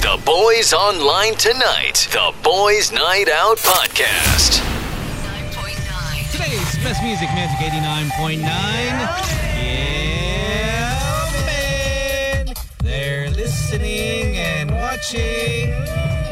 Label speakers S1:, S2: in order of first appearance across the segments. S1: the boys online tonight. The Boys Night Out Podcast.
S2: Today's best music, Magic 89.9. Yeah, man. They're listening and watching.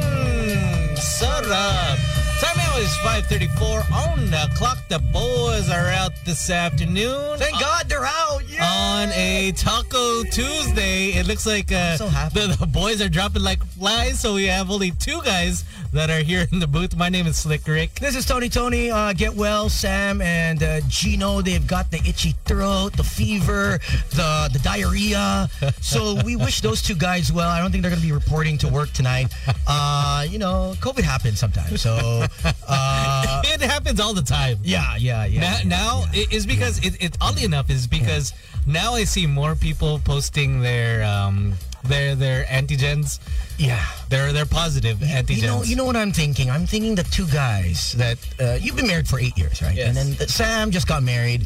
S2: Mm, sarap. Time now is 5.34 on the clock. The boys are out this afternoon. Uh,
S3: Thank God they're out. Yeah.
S2: On a Taco Tuesday, it looks like uh,
S3: so happy.
S2: the, the boys are dropping like flies, so we have only two guys that are here in the booth. My name is Slick Rick.
S3: This is Tony Tony. Uh, get well, Sam and uh, Gino. They've got the itchy throat, the fever, the the diarrhea. So we wish those two guys well. I don't think they're going to be reporting to work tonight. Uh, you know, COVID happens sometimes. So uh,
S2: It happens all the time.
S3: yeah, yeah, yeah.
S2: Now, now it- it's because it, it oddly enough is because now I see more people posting their um their their antigens.
S3: yeah.
S2: They're they're positive antigens.
S3: You know, you know what I'm thinking. I'm thinking the two guys that uh, you've been married for eight years, right?
S2: Yes.
S3: And then the, Sam just got married.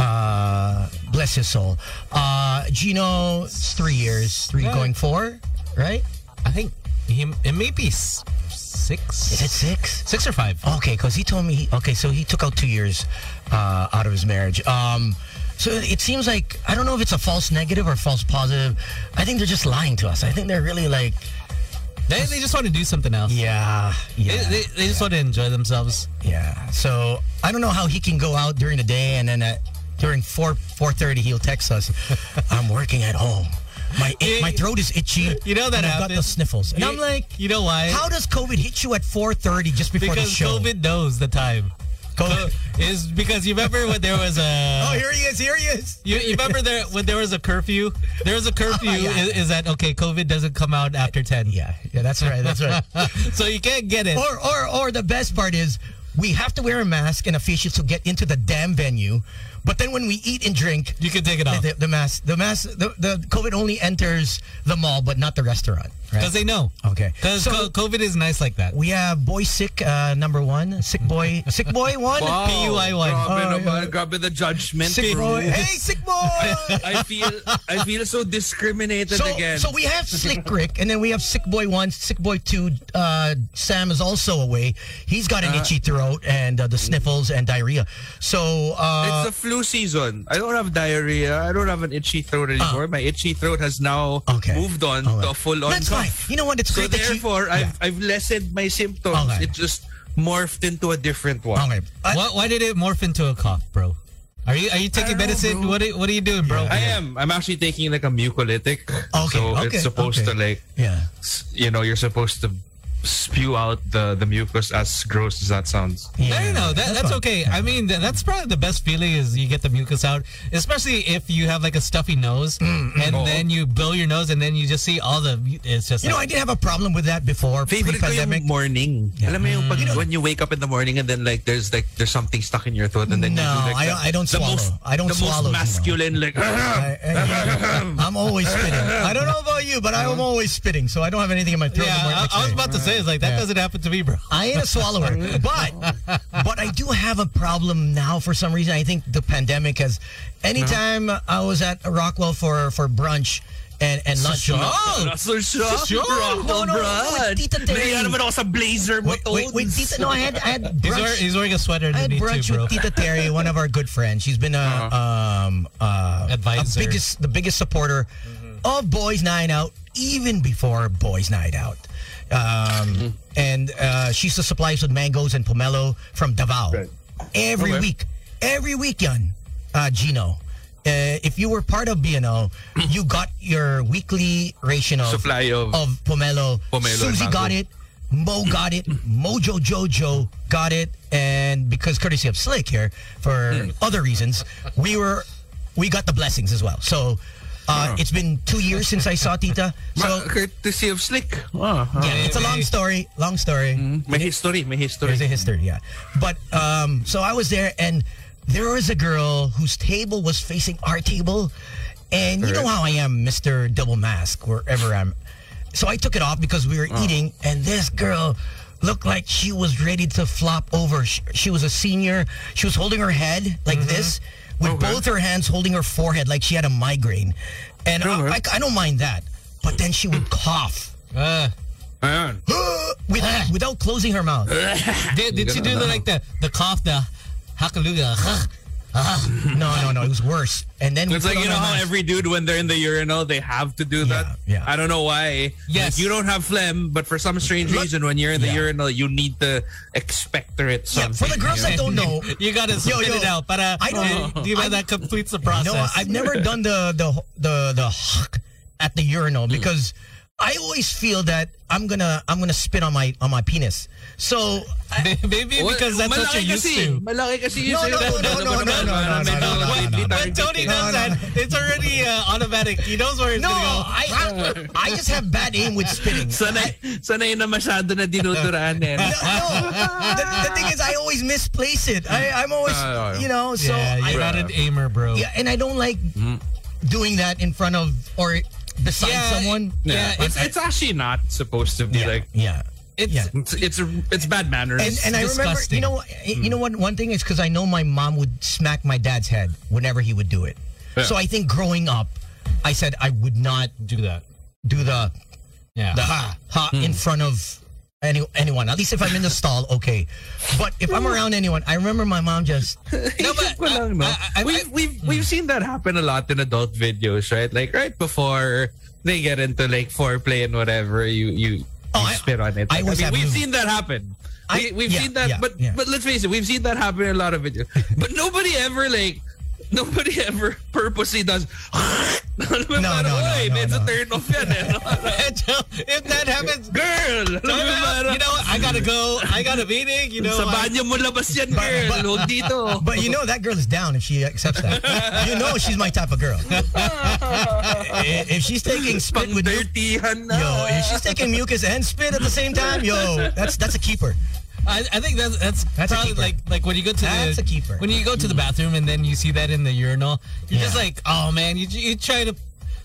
S3: Uh, bless his soul. Uh, Gino, it's three years, three
S2: Yeah.
S3: going four, right?
S2: I think he, it may be s- six,
S3: Is it six?
S2: six or five.
S3: Okay, because he told me. He, okay, so he took out two years uh, out of his marriage. Um, so it seems like I don't know if it's a false negative or false positive. I think they're just lying to us. I think they're really like,
S2: They, they just want to do something else.
S3: yeah,
S2: They,
S3: yeah,
S2: they, they just want to enjoy themselves.
S3: yeah. So I don't know how he can go out during the day and then at, during four four thirty he'll text us, "I'm working at home. My it, my throat is itchy.
S2: You know that
S3: and I've got the
S2: happens.
S3: sniffles." And I'm
S2: You-
S3: like,
S2: you know why?
S3: "How does COVID hit you at four thirty just before the
S2: because
S3: show?"
S2: COVID knows the time.
S3: COVID.
S2: Is because you remember when there was a
S3: Oh, here he is! Here he is!
S2: You, you remember there when there was a curfew? There was a curfew.
S3: yeah.
S2: is, is that okay? COVID doesn't come out after ten.
S3: Yeah, yeah, that's right. That's right.
S2: so you can't get it.
S3: Or, or, or the best part is we have to wear a mask and officials to get into the damn venue. But then when we eat and drink,
S2: you can take it off
S3: the, the mask, the mask, the, the COVID only enters the mall, but not the restaurant.
S2: because
S3: Right?
S2: they know.
S3: Okay.
S2: Because
S3: So-
S2: COVID is nice like that.
S3: We have boy sick uh, number one, sick boy, sick boy one,
S4: Wow.
S2: PUI one.
S4: Grabe
S3: Oh,
S4: naman. Grabe the judgment.
S3: sick
S4: bro.
S3: boy. Hey, sick boy.
S4: I feel I feel so discriminated
S3: So,
S4: again.
S3: so we have Slick Rick, and then we have Sick Boy One, Sick Boy Two. Uh, Sam is also away. He's got
S2: Uh-huh.
S3: an itchy throat and uh, the sniffles and diarrhea. So uh,
S4: it's the flu season. I don't have diarrhea. I don't have an itchy throat anymore. My itchy throat has now
S3: Ah. Okay.
S4: moved on
S3: Okay.
S4: to a full on
S3: That's fine. You know what? It's
S4: So
S3: great that you-
S4: therefore, I've I've lessened my symptoms.
S3: Okay.
S4: It just morphed into a different one.
S3: okay. I-
S2: Why, why did it morph into a cough, bro? Are you are you taking
S4: know,
S2: medicine?
S4: bro.
S2: what are, what are you doing, bro?
S4: I am. I'm actually taking like a mucolytic.
S3: Okay,
S4: So
S3: okay,
S4: it's supposed
S3: okay.
S4: to like
S3: yeah.
S4: s- you know, you're supposed to spew out the the mucus as gross as that sounds.
S2: No, no, no. That, that's
S3: fine.
S2: okay. I mean, th- that's probably the best feeling is you get the mucus out, especially if you have like a stuffy nose,
S3: Mm,
S2: and
S4: Oh.
S2: then you blow your nose, and then you just see all the. mu- It's just
S3: You know, I
S2: like,
S3: didn't have a problem with that before
S4: Favorite ko
S3: pre-pandemic. Mm.
S4: yung morning. Alam mo yung pag, when you wake up in the morning and then like there's like there's something stuck in your throat and then
S3: No,
S4: you do like
S3: I
S4: the-
S3: don't- I don't
S4: the
S3: swallow.
S4: Most,
S3: I don't
S4: the
S3: swallow,
S4: most masculine like
S3: I, am always spitting. I don't know about you, but I'm always spitting, so I don't have anything in my throat.
S2: yeah,
S3: the morning
S2: I,
S3: next
S2: I was
S3: day.
S2: about to say it's like that doesn't happen to me, bro.
S3: I ain't a swallower, but but I do have a problem now for some reason. I think the pandemic has. Anytime I was at Rockwell for for brunch and and lunch.
S4: Russell Shaw,
S3: Sure. No,
S4: Rockwell
S3: no,
S4: Brad.
S3: with Tita Terry.
S4: Nariyan naman ako sa blazer
S3: Wait, wait, wait,
S4: buttons.
S3: Tita, no, I had I had
S2: He's, wear,
S3: brunch.
S2: he's wearing a sweater
S3: I had
S2: underneath
S3: brunch
S2: too, bro.
S3: with Tita Terry, one of our good friends. She's been a um uh a
S2: Advisor.
S3: biggest the biggest supporter of Boys Night Out even before Boys Night Out. Um, and uh, she used to supply us with mangoes and pomelo from Davao
S4: Right.
S3: every
S4: Okay.
S3: week. Every week, yan, uh, Gino. Uh, if you were part of BNO, you got your weekly ration of
S4: Supply of-
S3: of pomelo.
S4: Pomelo and
S3: Susie
S4: mango.
S3: got it. Mo got it. Mojo Jojo got it. And because courtesy of Slick here, for
S4: Hmm.
S3: other reasons, we were we got the blessings as well. So uh, it's been two years since I saw Tita.
S4: Ma-
S3: So
S4: courtesy of Slick. Ah, ah.
S3: yeah, it's a long story. Long story.
S4: May history, may history.
S3: There's a history, yeah. But um, so I was there, and there was a girl whose table was facing our table, and you know how I am, Mister Double Mask, wherever I'm. So I took it off because we were eating, and this girl looked like she was ready to flop over. She, she was a senior. She was holding her head like this, with both her hands holding her forehead, like she had a migraine. And I, I, I don't mind that, but then she would cough
S2: Uh,
S4: Ayan.
S3: with, without closing her mouth.
S5: Did, did she do the, like the the cough, the hakaluga?
S3: No, no, no. It was worse. And then we
S4: It's
S3: put
S4: like
S3: on
S4: you know
S3: our
S4: how
S3: mask.
S4: every dude when they're in the urinal they have to do that.
S3: yeah.
S4: I don't know why.
S5: Yes.
S4: Like, you don't have phlegm, but for some strange reason when you're in the
S3: Yeah.
S4: urinal you need to expectorate
S3: Yeah,
S4: something.
S3: for the girls that don't know,
S5: You gotta spit
S3: yo.
S5: it out. Para,
S3: I don't-
S5: eh, di ba that completes the process?
S3: no, I've never done the the the the at the urinal because I always feel that I'm gonna I'm gonna spit on my on my penis. So
S5: Maybe
S4: Well,
S5: because that's what
S4: malaki
S5: you're
S4: kasi,
S5: used to.
S4: Malaki kasi you
S3: No,
S4: say
S3: no,
S4: that.
S3: no, no, no, no, no, no, no, no, no, no.
S5: When Tony does
S3: No, no,
S5: that, it's already uh, automatic. He knows where it's
S3: no,
S5: gonna
S3: I I just have bad aim with spitting.
S4: Sanay, sanay na masyado na dinuduraan eh.
S3: No, no. The, the thing is, I always misplace it. I, I'm always,
S4: No, no, no.
S3: you know,
S5: go.
S3: so I,
S5: you're not an aimer, bro.
S3: yeah, and I don't like
S4: Mm-hmm.
S3: doing that in front of or beside
S5: Yeah,
S3: someone.
S4: Yeah, it's, it's actually not supposed to be like
S3: yeah.
S5: It's
S3: Yeah.
S4: it's it's, it's bad manners.
S3: And, and I remember,
S5: disgusting.
S3: you know, eh, you know what? One thing is because I know my mom would smack my dad's head whenever he would do it.
S4: Yeah.
S3: So I think growing up, I said I would not
S5: do that.
S3: do the
S5: Yeah.
S3: the ha ha in front of any, anyone. At least if I'm in the stall, okay. But if I'm around anyone, I remember my mom just
S4: No, but
S5: I-
S4: lang, no?
S5: I- I-
S4: we've, we've, we've
S3: mm.
S4: seen that happen a lot in adult videos, right? Like right before they get into like foreplay and whatever, you you,
S3: Oh,
S4: you
S3: I-
S4: spit on it.
S3: I was
S4: mean,
S3: at
S4: we've
S3: movie.
S4: seen that happen.
S3: I-
S4: we, we've
S3: yeah,
S4: seen that,
S3: yeah,
S4: but
S3: yeah.
S4: but let's face it, we've seen that happen in a lot of videos. But nobody ever like. Nobody ever purposely does. no, no,
S3: no, no, no,
S4: It's a
S3: no.
S4: turn off yan. eh.
S5: if that happens,
S4: Girl! alam mo ba, ano?
S5: you know, what? I gotta go. I got a meeting. You know,
S4: Sa
S5: I-
S4: banyo mo labas yan, girl. Huwag dito.
S3: But you know that girl is down if she accepts that. you know she's my type of girl. I- if she's taking spit
S4: Pang
S3: with you,
S4: dirtyhan na.
S3: yo, if she's taking mucus and spit at the same time, yo, that's that's a keeper.
S5: I, I think that's that's,
S3: That's a
S5: probably
S3: keeper.
S5: like like when you go to
S3: That's
S5: the
S3: a keeper. Mm-hmm.
S5: when you go to the bathroom and then you see that in the urinal, you're just
S3: Yeah.
S5: like, oh man, you you try to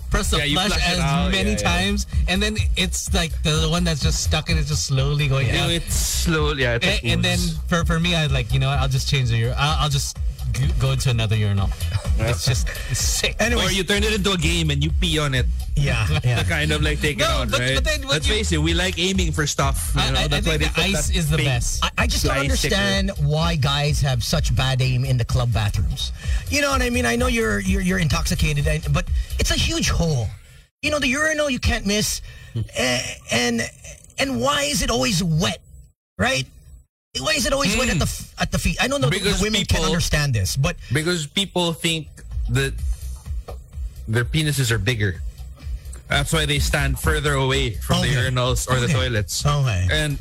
S5: press the
S4: Yeah, you
S5: flush,
S4: flush it
S5: as
S4: out,
S5: many
S4: yeah, yeah.
S5: times, and then it's like the, the one that's just stuck and it's just slowly going
S4: You know,
S5: down.
S4: it's slowly. Yeah, it's
S5: A-
S4: like
S5: and then
S4: ooze.
S5: for for me, I like you know what, I'll just change the urinal. I'll, I'll just g- go into another urinal. It's just sick.
S4: or
S3: Anyways,
S4: you turn it into a game and you pee on it.
S3: yeah,
S4: To
S3: yeah.
S4: kind of like take it
S5: No,
S4: out,
S5: but-
S4: right?
S5: but then when
S4: Let's
S5: you-
S4: face it, we like aiming for stuff. You
S5: I,
S4: know,
S5: I, I
S4: that's why
S5: think
S4: they
S5: the
S4: put
S5: ice
S4: that
S5: is the
S4: big-
S5: best.
S3: I, I just don't
S4: Slice sticker.
S3: understand why guys have such bad aim in the club bathrooms. You know what I mean? I know you're you're, you're intoxicated, and, but it's a huge hole. You know the urinal you can't miss, Eh, and and why is it always wet? Right? Why is it always wet
S5: Hmm.
S3: at the f- at the feet? I don't know the, the
S4: Because
S3: women can
S4: people-
S3: understand this, but
S4: Because people think that their penises are bigger. That's why they stand further away from the
S3: Okay.
S4: urinals or the
S3: Okay.
S4: toilets.
S3: Okay.
S4: And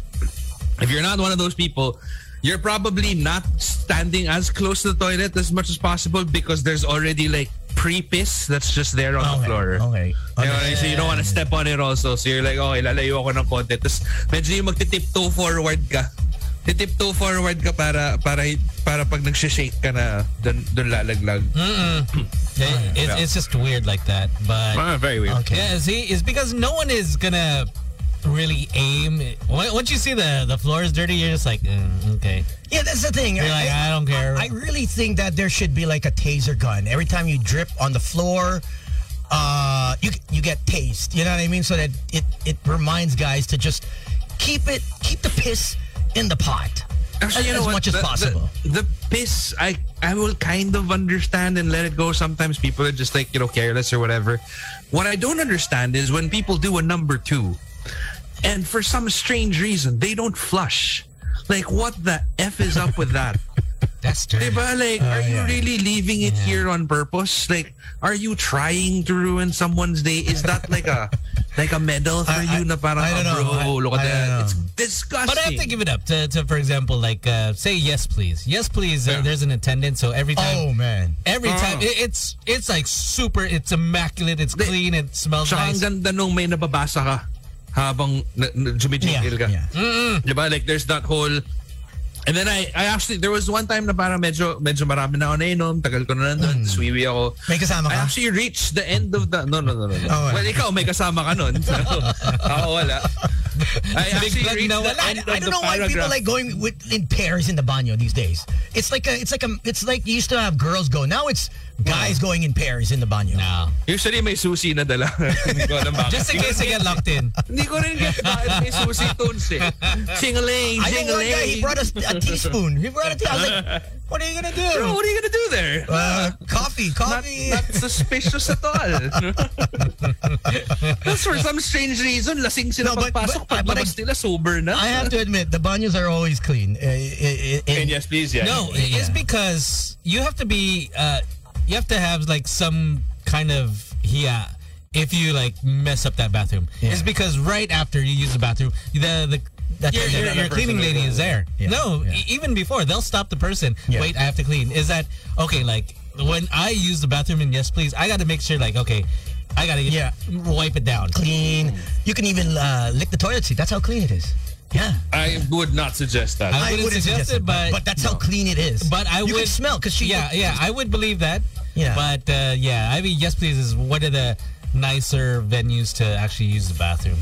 S4: if you're not one of those people, you're probably not standing as close to the toilet as much as possible because there's already like pre-piss that's just there on the
S3: okay,
S4: floor.
S3: okay.
S4: You know, eh, so you don't want to step on it also. So you're like, okay, lalayo ako ng konti. Tapos medyo yung magti-tiptoe forward ka. Titiptoe forward ka para para para pag nagsha-shake ka na dun, dun lalaglag.
S5: It- it's,
S4: Yeah.
S5: it's just weird like that, but.
S4: Ah, very weird.
S3: Okay.
S5: Yeah, see, it's because no one is gonna really aim. Wa- Once you see the the floor is dirty, you're just like, mm, okay.
S3: Yeah, that's the thing.
S5: You're like, I don't care.
S3: I really think that there should be like a taser gun. Every time you drip on the floor, uh, you you get tased. You know what I mean? So that it it reminds guys to just keep it keep the piss in the pot as,
S4: Actually, you
S3: as
S4: know what?
S3: much as
S4: The- the-
S3: possible.
S4: The, piss, I I will kind of understand and let it go. Sometimes people are just like you know careless or whatever. What I don't understand is when people do a number two, and for some strange reason they don't flush. Like what the f is up with that?
S5: That's dirty.
S4: Diba? Like, are
S3: Ah,
S4: you really leaving it
S3: Mm-hmm.
S4: here on purpose? Like, are you trying to ruin someone's day? Is that like a like a medal for
S3: I-
S4: you na parang,
S3: I don't
S4: "Ah,
S3: know.
S4: bro,
S3: I-
S4: look at
S3: I don't
S4: that.
S3: know.
S4: It's disgusting.
S5: But I have to give it up to, to for example, like uh, say yes please, yes please. Uh,
S4: Yeah.
S5: there's an attendant, so every time,
S3: Oh man.
S5: every
S4: Ah.
S5: time it, it's it's like super, it's immaculate, it's
S4: They-
S5: clean, it smells
S4: Tsaka ang
S5: nice.
S4: ganda nung may nababasa ka habang na, na, jumijigil ka.
S3: Yeah,
S4: Diba? Like there's that whole And then I, I actually, there was one time na parang medyo, medyo marami na ako nainom, tagal ko na
S3: Mm.
S4: nandun, swiwi ako.
S3: May kasama
S4: I
S3: ka?
S4: actually reached the end of the, no, no, no, no. no.
S3: Oh, wala.
S4: well, ikaw, may kasama ka nun. So, ako wala. I
S2: Big
S4: actually
S2: plug
S4: reached
S2: now.
S4: the
S2: I-
S4: end
S3: I, I
S4: of
S3: don't
S4: the
S3: know why people
S4: paragraph.
S3: like going with in pairs in the banyo these days. It's like a, it's like a, it's like you used to have girls go. Now it's guys going in pairs in the banyo.
S2: No.
S4: Usually may susi na dala. Hindi ko alam bakit.
S2: Just in case I get locked in.
S4: Hindi ko rin get bakit may susi tunes eh. Singaling,
S3: I know one guy.
S4: singaling.
S3: He brought us a teaspoon. He brought a tea. I was like, what are you gonna
S4: Bro,
S3: do?
S4: what are you gonna do there?
S3: Uh, coffee,
S4: not,
S3: coffee.
S4: not suspicious at all. Tapos for some strange reason, lasing sila
S3: No, but-
S4: pagpasok.
S3: but- but I-
S4: Paglabas nila, sober na.
S3: I have to admit, the banyos are always clean. Uh, i- i- in-
S6: yes, please, yeah.
S2: No, it's because you have to be, uh, you have to have like some kind of yeah. If you like mess up that bathroom, it's because right after you use the bathroom, the the
S3: That's
S2: your,
S3: it.
S2: your,
S3: Another
S2: your cleaning
S6: person
S2: lady is there.
S3: Yeah,
S2: No,
S3: yeah.
S2: e- even before they'll stop the person.
S3: Yeah.
S2: Wait, I have to clean. Is that okay? Like when I use the bathroom in yes please, I got to make sure like okay, I got to
S3: Yeah.
S2: wipe it down.
S3: clean. You can even uh, lick the toilet seat. That's how clean it is. Yeah.
S6: I would not suggest that.
S2: I wouldn't suggest it, but
S3: but that's how clean it is.
S2: But I
S3: you
S2: would
S3: can smell because she.
S2: Yeah, yeah, I would believe that.
S3: Yeah.
S2: But uh, yeah, I mean, yes, please is one of the nicer venues to actually use the bathroom,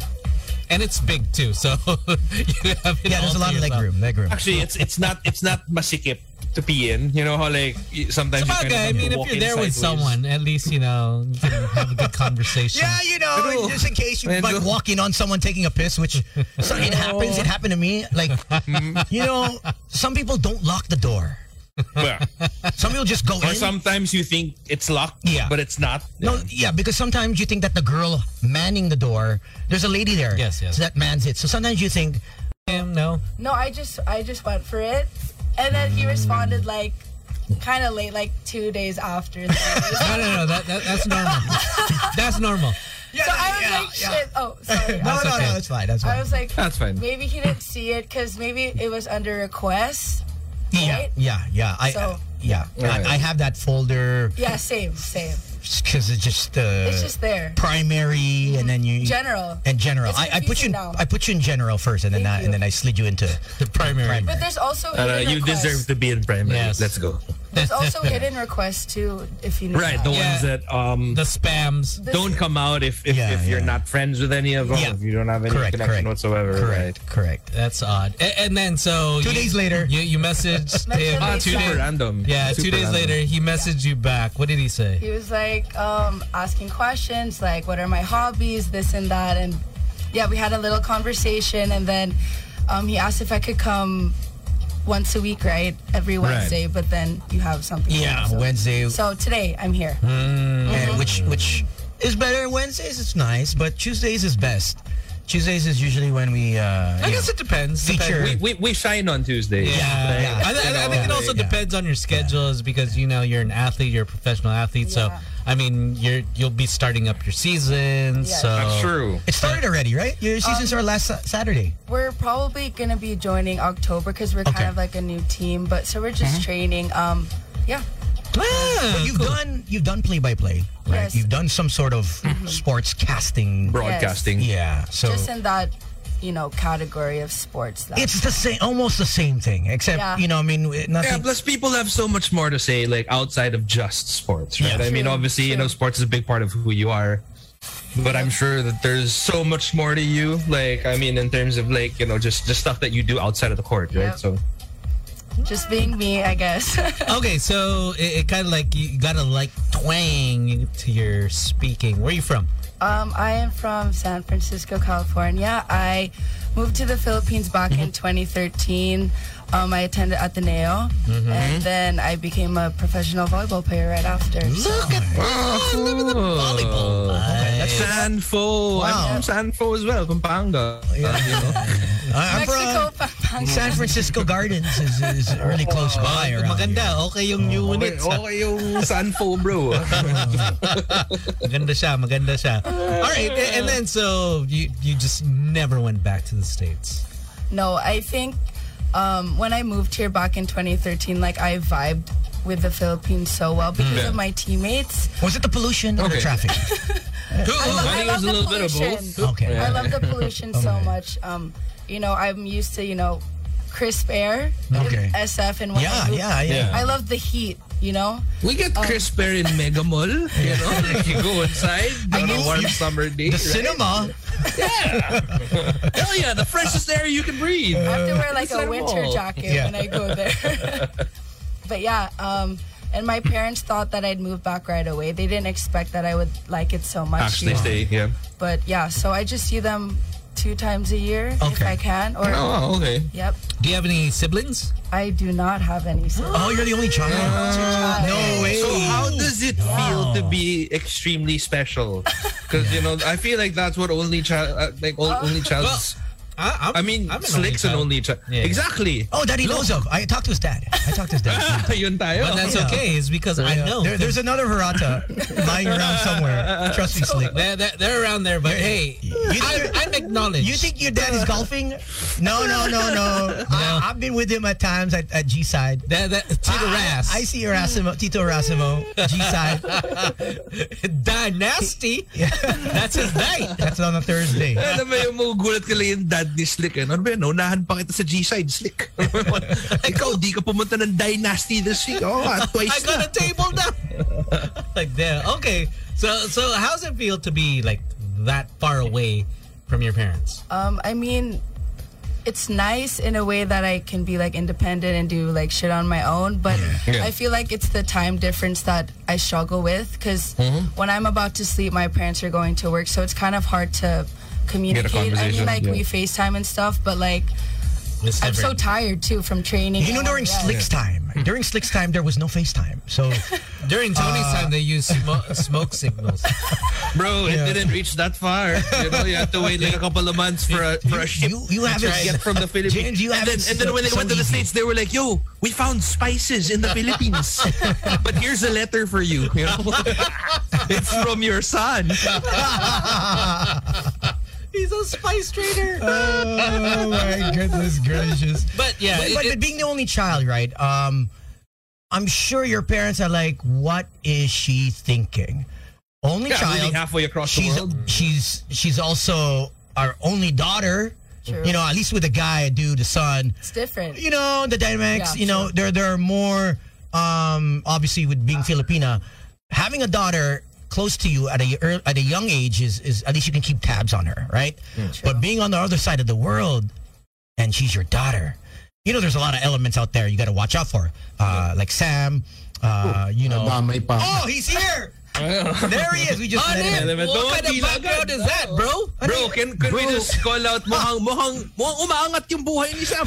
S2: and it's big too. So you have it
S3: yeah. There's
S2: all
S3: a lot
S2: to
S3: of leg
S2: yourself.
S3: room. Leg room.
S6: Actually, it's it's not it's not masikip to pee in. You know how like y- sometimes you kind of
S2: Sabagay, I
S6: have to
S2: mean, if
S6: walk
S2: you're
S6: in
S2: there with
S6: sideways.
S2: someone, at least you know you can have a good conversation.
S3: Yeah, you know,
S4: Pero-
S3: just in case you
S4: Medyo-
S3: might walk in on someone taking a piss, which so it happens. It happened to me. Like, you know, some people don't lock the door.
S6: Yeah.
S3: Some people just go
S6: Or
S3: in.
S6: sometimes you think it's locked,
S3: Yeah.
S6: but it's not.
S3: no, yeah, because sometimes you think that the girl manning the door, there's a lady there.
S2: Yes, yes.
S3: So that mans it. So sometimes you think,
S2: Damn, no.
S7: No, I just I just went for it, and then he responded like kind of late, like two days after. that.
S2: No, no, no. That, that, that's normal. that's normal.
S3: yeah,
S7: so I was
S3: yeah,
S7: like,
S3: yeah.
S7: shit. Oh, sorry.
S3: No,
S7: I
S3: no,
S7: was,
S3: no, it's fine. That's fine.
S7: I was like,
S4: That's fine.
S7: Maybe he didn't see it because maybe it was under request.
S3: yeah,
S7: right?
S3: yeah, yeah. I,
S7: So-
S3: yeah,
S4: Alright.
S3: I, I have that folder
S7: Yeah, same, same.
S3: because it's just, uh,
S7: It's just there.
S3: primary, and then you
S7: General.
S3: and general.
S7: It's
S3: I, I put you, in,
S7: confusing now.
S3: I put you in general first, and then
S7: Thank
S3: I, and
S7: you.
S3: then I slid you into the primary.
S7: But there's also
S6: Uh,
S7: hidden
S6: you
S7: requests.
S6: deserve to be in primary.
S2: Yes.
S4: Let's go.
S7: There's also hidden requests too, if you know.
S6: Right, the
S2: Yeah.
S6: ones that um
S2: The spams.
S6: don't come out if if,
S3: Yeah,
S6: if you're
S3: yeah.
S6: not friends with any of them,
S3: Yeah.
S6: if you don't have any
S3: Correct,
S6: connection
S3: correct.
S6: whatsoever.
S3: correct, correct.
S2: That's odd. A- And, then so
S3: Two
S2: you-
S3: days later.
S2: you you messaged him
S7: Messaged
S2: two
S7: later.
S2: days.
S4: Super random.
S2: Ah, Yeah,
S4: Super
S2: two days
S4: random.
S2: later, he messaged you back. What did he say?
S7: He was like um, asking questions like, "What are my hobbies?" This and that, and yeah, we had a little conversation, and then um, he asked if I could come once a week, right, every Wednesday. But then you have something.
S3: Yeah, Hmm.
S7: so.
S3: Wednesday,
S7: So today I'm here.
S3: and which which is better. Wednesdays is nice, but Tuesdays is best. Tuesdays is usually when we. Uh,
S2: I guess it depends.
S3: Feature.
S2: Depends.
S6: We, we we shine on Tuesday.
S2: Yeah,
S3: yeah.
S2: I, th- I think it also
S3: Yeah.
S2: depends on your schedules because you know you're an athlete, you're a professional athlete. So
S7: Yeah.
S2: I mean, you're you'll be starting up your season.
S7: Yes.
S2: So
S4: That's true.
S3: it started already, right? Your
S7: Um,
S3: seasons are last Sa- Saturday.
S7: We're probably gonna be joining October because we're
S3: Okay. Mm-hmm.
S7: kind of like a new team, but so we're just training. Um, yeah.
S2: Ah,
S3: But you've
S2: cool.
S3: done you've done play by play, right?
S7: Yes. Mm-hmm.
S3: You've done some sort of sports casting.
S4: Broadcasting.
S3: Yeah, so
S7: just uh, in that you know category of sports that
S3: it's the same, almost the same thing, except
S7: Yeah.
S3: you know, I mean, w-
S4: Yeah,
S3: nothing.
S4: plus people have so much more to say, like outside of just sports, right?
S3: Yeah.
S4: I mean,
S7: True,
S4: obviously, you
S7: true.
S4: know, sports is a big part of who you are, but I'm sure that there's so much more to you. Like, I mean, in terms of like, you know, just just stuff that you do outside of the court, right?
S7: Yep.
S4: So,
S7: just being me i guess
S2: okay, so it, it kind of like you got to like twang to your speaking. Where are you from?
S7: um, i am from san francisco california i moved to the philippines back
S3: Mm-hmm.
S7: in 2013 um, i attended ateneo
S3: Mm-hmm.
S7: and then i became a professional volleyball player right after so-
S3: Look at that! Oh, Look at the volleyball. Okay, that's-
S4: Sanfo,
S3: Wow.
S4: I'm from Sanfo as well, Pampanga. Uh, you know?
S3: I'm from-
S7: mexico Pampanga.
S3: San Francisco Gardens is, is really close
S4: Oh,
S3: by. Around here.
S2: Maganda, okay yung
S4: Okay,
S2: unit. sa-
S4: okay yung Sanfo, bro.
S2: Maganda siya, maganda siya. All right, a- and then so you you just never went back to the states.
S7: no i think um, when i moved here back in 2013 like i vibed with the philippines so well because
S3: Mm.
S7: of my teammates
S3: Was it the pollution or the
S4: Okay.
S3: traffic?
S7: I
S4: think it
S7: love
S4: was a
S7: the
S4: little bit of
S7: pollution.
S3: both. Okay.
S7: I love the pollution so much. Um, you know, I'm used to you know crisp air in
S3: Okay.
S7: SF and when I
S3: Yeah,
S7: moved-
S3: yeah, yeah.
S7: I love the heat. you know?
S4: We get crisper in Mega Mall. You know, like Oh. you go inside on a warm summer day.
S3: The cinema,
S4: Hell yeah, the freshest air you can breathe.
S7: I have to wear like a winter
S4: all.
S7: jacket
S3: Yeah.
S7: when I go there. but yeah, um, and my parents thought that I'd move back right away. They didn't expect that I would like it so much.
S4: Actually,
S7: you know?
S4: stay. Yeah.
S7: But yeah, so I just see them two times a year if
S3: Okay.
S7: I can. Or
S4: Oh, okay.
S7: yep,
S5: Do you have any siblings?
S7: I do not have any. siblings.
S3: oh, you're the only child. no way.
S4: So how does it feel to be extremely special? Because you know, I feel like that's what only child, uh, like o- only child.
S5: I, I'm,
S4: I mean,
S5: I'm an
S4: Slick's an
S5: child.
S4: only child.
S5: Yeah.
S4: Exactly.
S3: oh, that he knows of. I talked to his dad. I talked to his dad.
S4: Yun tayo.
S5: But that's
S3: Yeah.
S5: okay. It's because I know.
S3: There, there's another Hirata lying around somewhere. Trust me, Slick.
S5: They're, they're, they're around there, but hey, I, I'm acknowledged.
S3: You think your dad is golfing? No, no, no, no. I, I've been with him at times at, at G side.
S5: that, that, to the
S3: I,
S5: ras.
S3: I see Erasimo, Tito Erasimo, G side.
S5: Dynasty. That's his night.
S3: That's on a Thursday.
S4: Alam mo yung magugulat ka lang yung dad ni Slick. eh. Ano ba yan? Naunahan pa kita sa G-side, Slick. Ikaw, di ka pumunta ng Dynasty this week. Oh, ah,
S5: I
S4: twice
S5: got a table now. like that. Okay. So so how's it feel to be like that far away from your parents?
S7: Um, I mean, it's nice in a way that I can be like independent and do like shit on my own, but I feel like it's the time difference that I struggle with because
S3: Mm-hmm.
S7: when I'm about to sleep, my parents are going to work, so it's kind of hard to communicate. I mean,
S8: conversation,
S7: like
S8: yeah.
S7: we FaceTime and stuff, but like
S5: Miss
S7: I'm so
S5: Everett?
S7: tired too from training.
S3: You know,
S7: and all
S3: during
S7: that.
S3: Slick's time,
S4: Hmm.
S3: during Slick's time, there was no FaceTime. So,
S5: During Tony's
S3: Uh.
S5: time, they used smo- smoke signals.
S4: Bro, it didn't reach that far. You know, you have to wait like a couple of months for a, for a ship
S3: you, you
S4: to
S3: haven't.
S4: get from the Philippines.
S3: James, you
S4: and, then,
S3: haven't
S4: and then when they
S3: slept
S4: went
S3: so
S4: to the
S3: easy.
S4: States, they were like, yo, we found spices in the Philippines. but here's a letter for you. you know? it's from your son.
S5: He's a spice trader.
S3: oh my goodness gracious.
S5: but yeah,
S3: But,
S5: it-
S3: but,
S5: it-
S3: but being the only child, right? Um, I'm sure your parents are like, "What is she thinking?" Only child.
S8: moving halfway across the
S3: she's
S8: world.
S3: she's she's also our only daughter.
S7: True.
S3: You know, at least with a guy, a dude, a son.
S7: It's different.
S3: You know, the dynamics.
S7: Yeah,
S3: you know, there there are more. Um, obviously, with being Filipina, having a daughter close to you at a ear- at a young age is is at least you can keep tabs on her, right? But being on the other side of the world, and she's your daughter. You know, there's a lot of elements out there you got to watch out for, uh, like Sam. Uh, you know. oh, he's here. there he is. We just let him in.
S8: Element.
S5: what kind
S8: Don't
S5: of
S8: feel
S5: background is that, bro?
S4: Bro, can, can we just call out mukhang, mukhang, mukhang umaangat yung buhay ni Sam.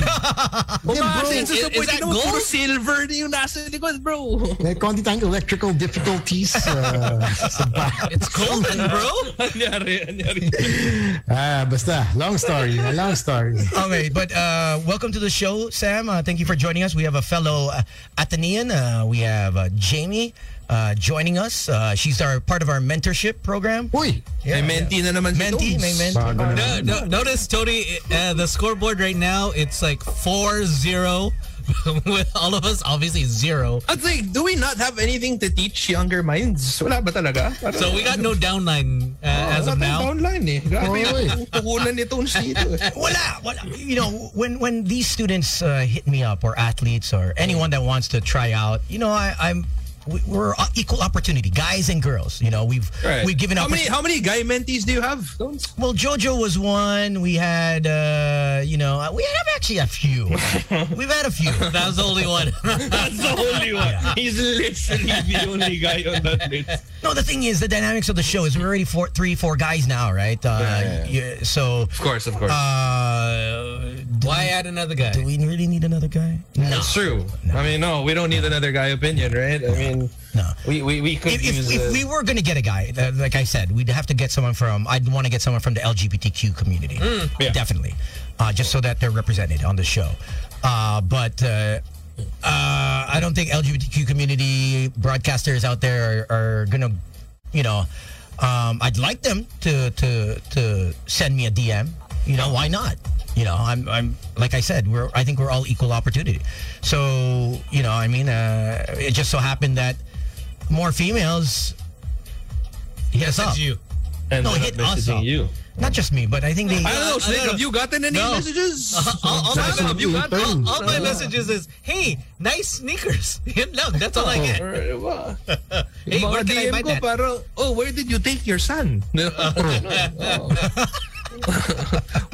S4: Umaangat yun sa
S5: Is- is
S4: sapoy.
S5: that
S4: Tignan mo, puro
S5: gold?
S4: silver na yung nasa likod, bro.
S9: May konti tayong electrical difficulties. uh, sa bahay.
S5: It's cold, bro.
S8: Anyari, anyari.
S9: ah, basta, long story. a Long story.
S3: Okay, but uh, welcome to the show, Sam. Uh, thank you for joining us. We have a fellow uh, Athenian. Uh, we have uh, Jamie uh, joining us. Uh, she's our part of our mentorship program.
S9: Uy!
S3: Yeah,
S4: May mentee na naman si
S3: Mentee,
S4: Tobes.
S3: may mentee.
S9: Bago naman.
S5: No, no, notice, Tony, uh, the scoreboard right now, it's like 4-0. With all of us, obviously zero.
S4: At like, do we not have anything to teach younger minds? Wala ba talaga? Parang-
S5: So we got no downline uh, as
S4: Wala
S5: of
S4: tayong
S5: now.
S4: Downline eh. Grabe
S9: Oo, eh.
S4: yung puhunan ni Tones dito. eh.
S3: Wala, wala. You know, when when these students uh, hit me up, or athletes, or anyone that wants to try out, you know, I, I'm we- we're equal opportunity, guys and girls. You know, we've we've given
S4: how
S3: up.
S4: many how many guy mentees do you have? Tones?
S3: Well, JoJo was one. We had, uh, you know, we have actually a few. We've had a few.
S5: That was the only one.
S8: That's the only one. He's literally the only guy on that list.
S3: No, the thing is, the dynamics of the show is we're already four, three, four guys now, right? Uh, yeah, so,
S4: Of course, of course.
S3: uh, do,
S5: Why add another guy?
S3: do we really need another guy? No,
S4: it's true. I mean, no, we don't need another guy opinion, right? I mean,
S3: no.
S4: we we, we could
S3: If,
S4: use
S3: if, if
S4: uh,
S3: we were going to get a guy, uh, like I said, we'd have to get someone from, I'd want to get someone from the LGBTQ community. Definitely. Uh, just so that they're represented on the show. Uh, but uh, uh, I don't think LGBTQ community broadcasters out there are, are going to, you know, um, I'd like them to, to, to send me a DM. You know, why not? You know, I'm, I'm, like I said, we're, I think we're all equal opportunity. So, you know, I mean, uh, it just so happened that more females hit us up.
S5: It's you.
S8: And
S3: No,
S8: they're
S3: hit
S8: not
S3: us
S4: uh,
S8: messaging
S3: up.
S8: you.
S3: Not just me, but I think they.
S4: I don't know, Snake.
S5: don't
S4: Have
S5: know.
S4: you gotten any
S5: No.
S4: messages?
S5: all, all,
S4: Snake,
S5: my,
S4: have you got?
S5: all, all my messages is, hey, nice sneakers. Yun lang, that's all I get. Hey,
S4: Mga
S5: where can I
S4: DM
S5: buy
S4: ko
S5: that?
S4: parang, oh, where did you take your son? where
S9: Ako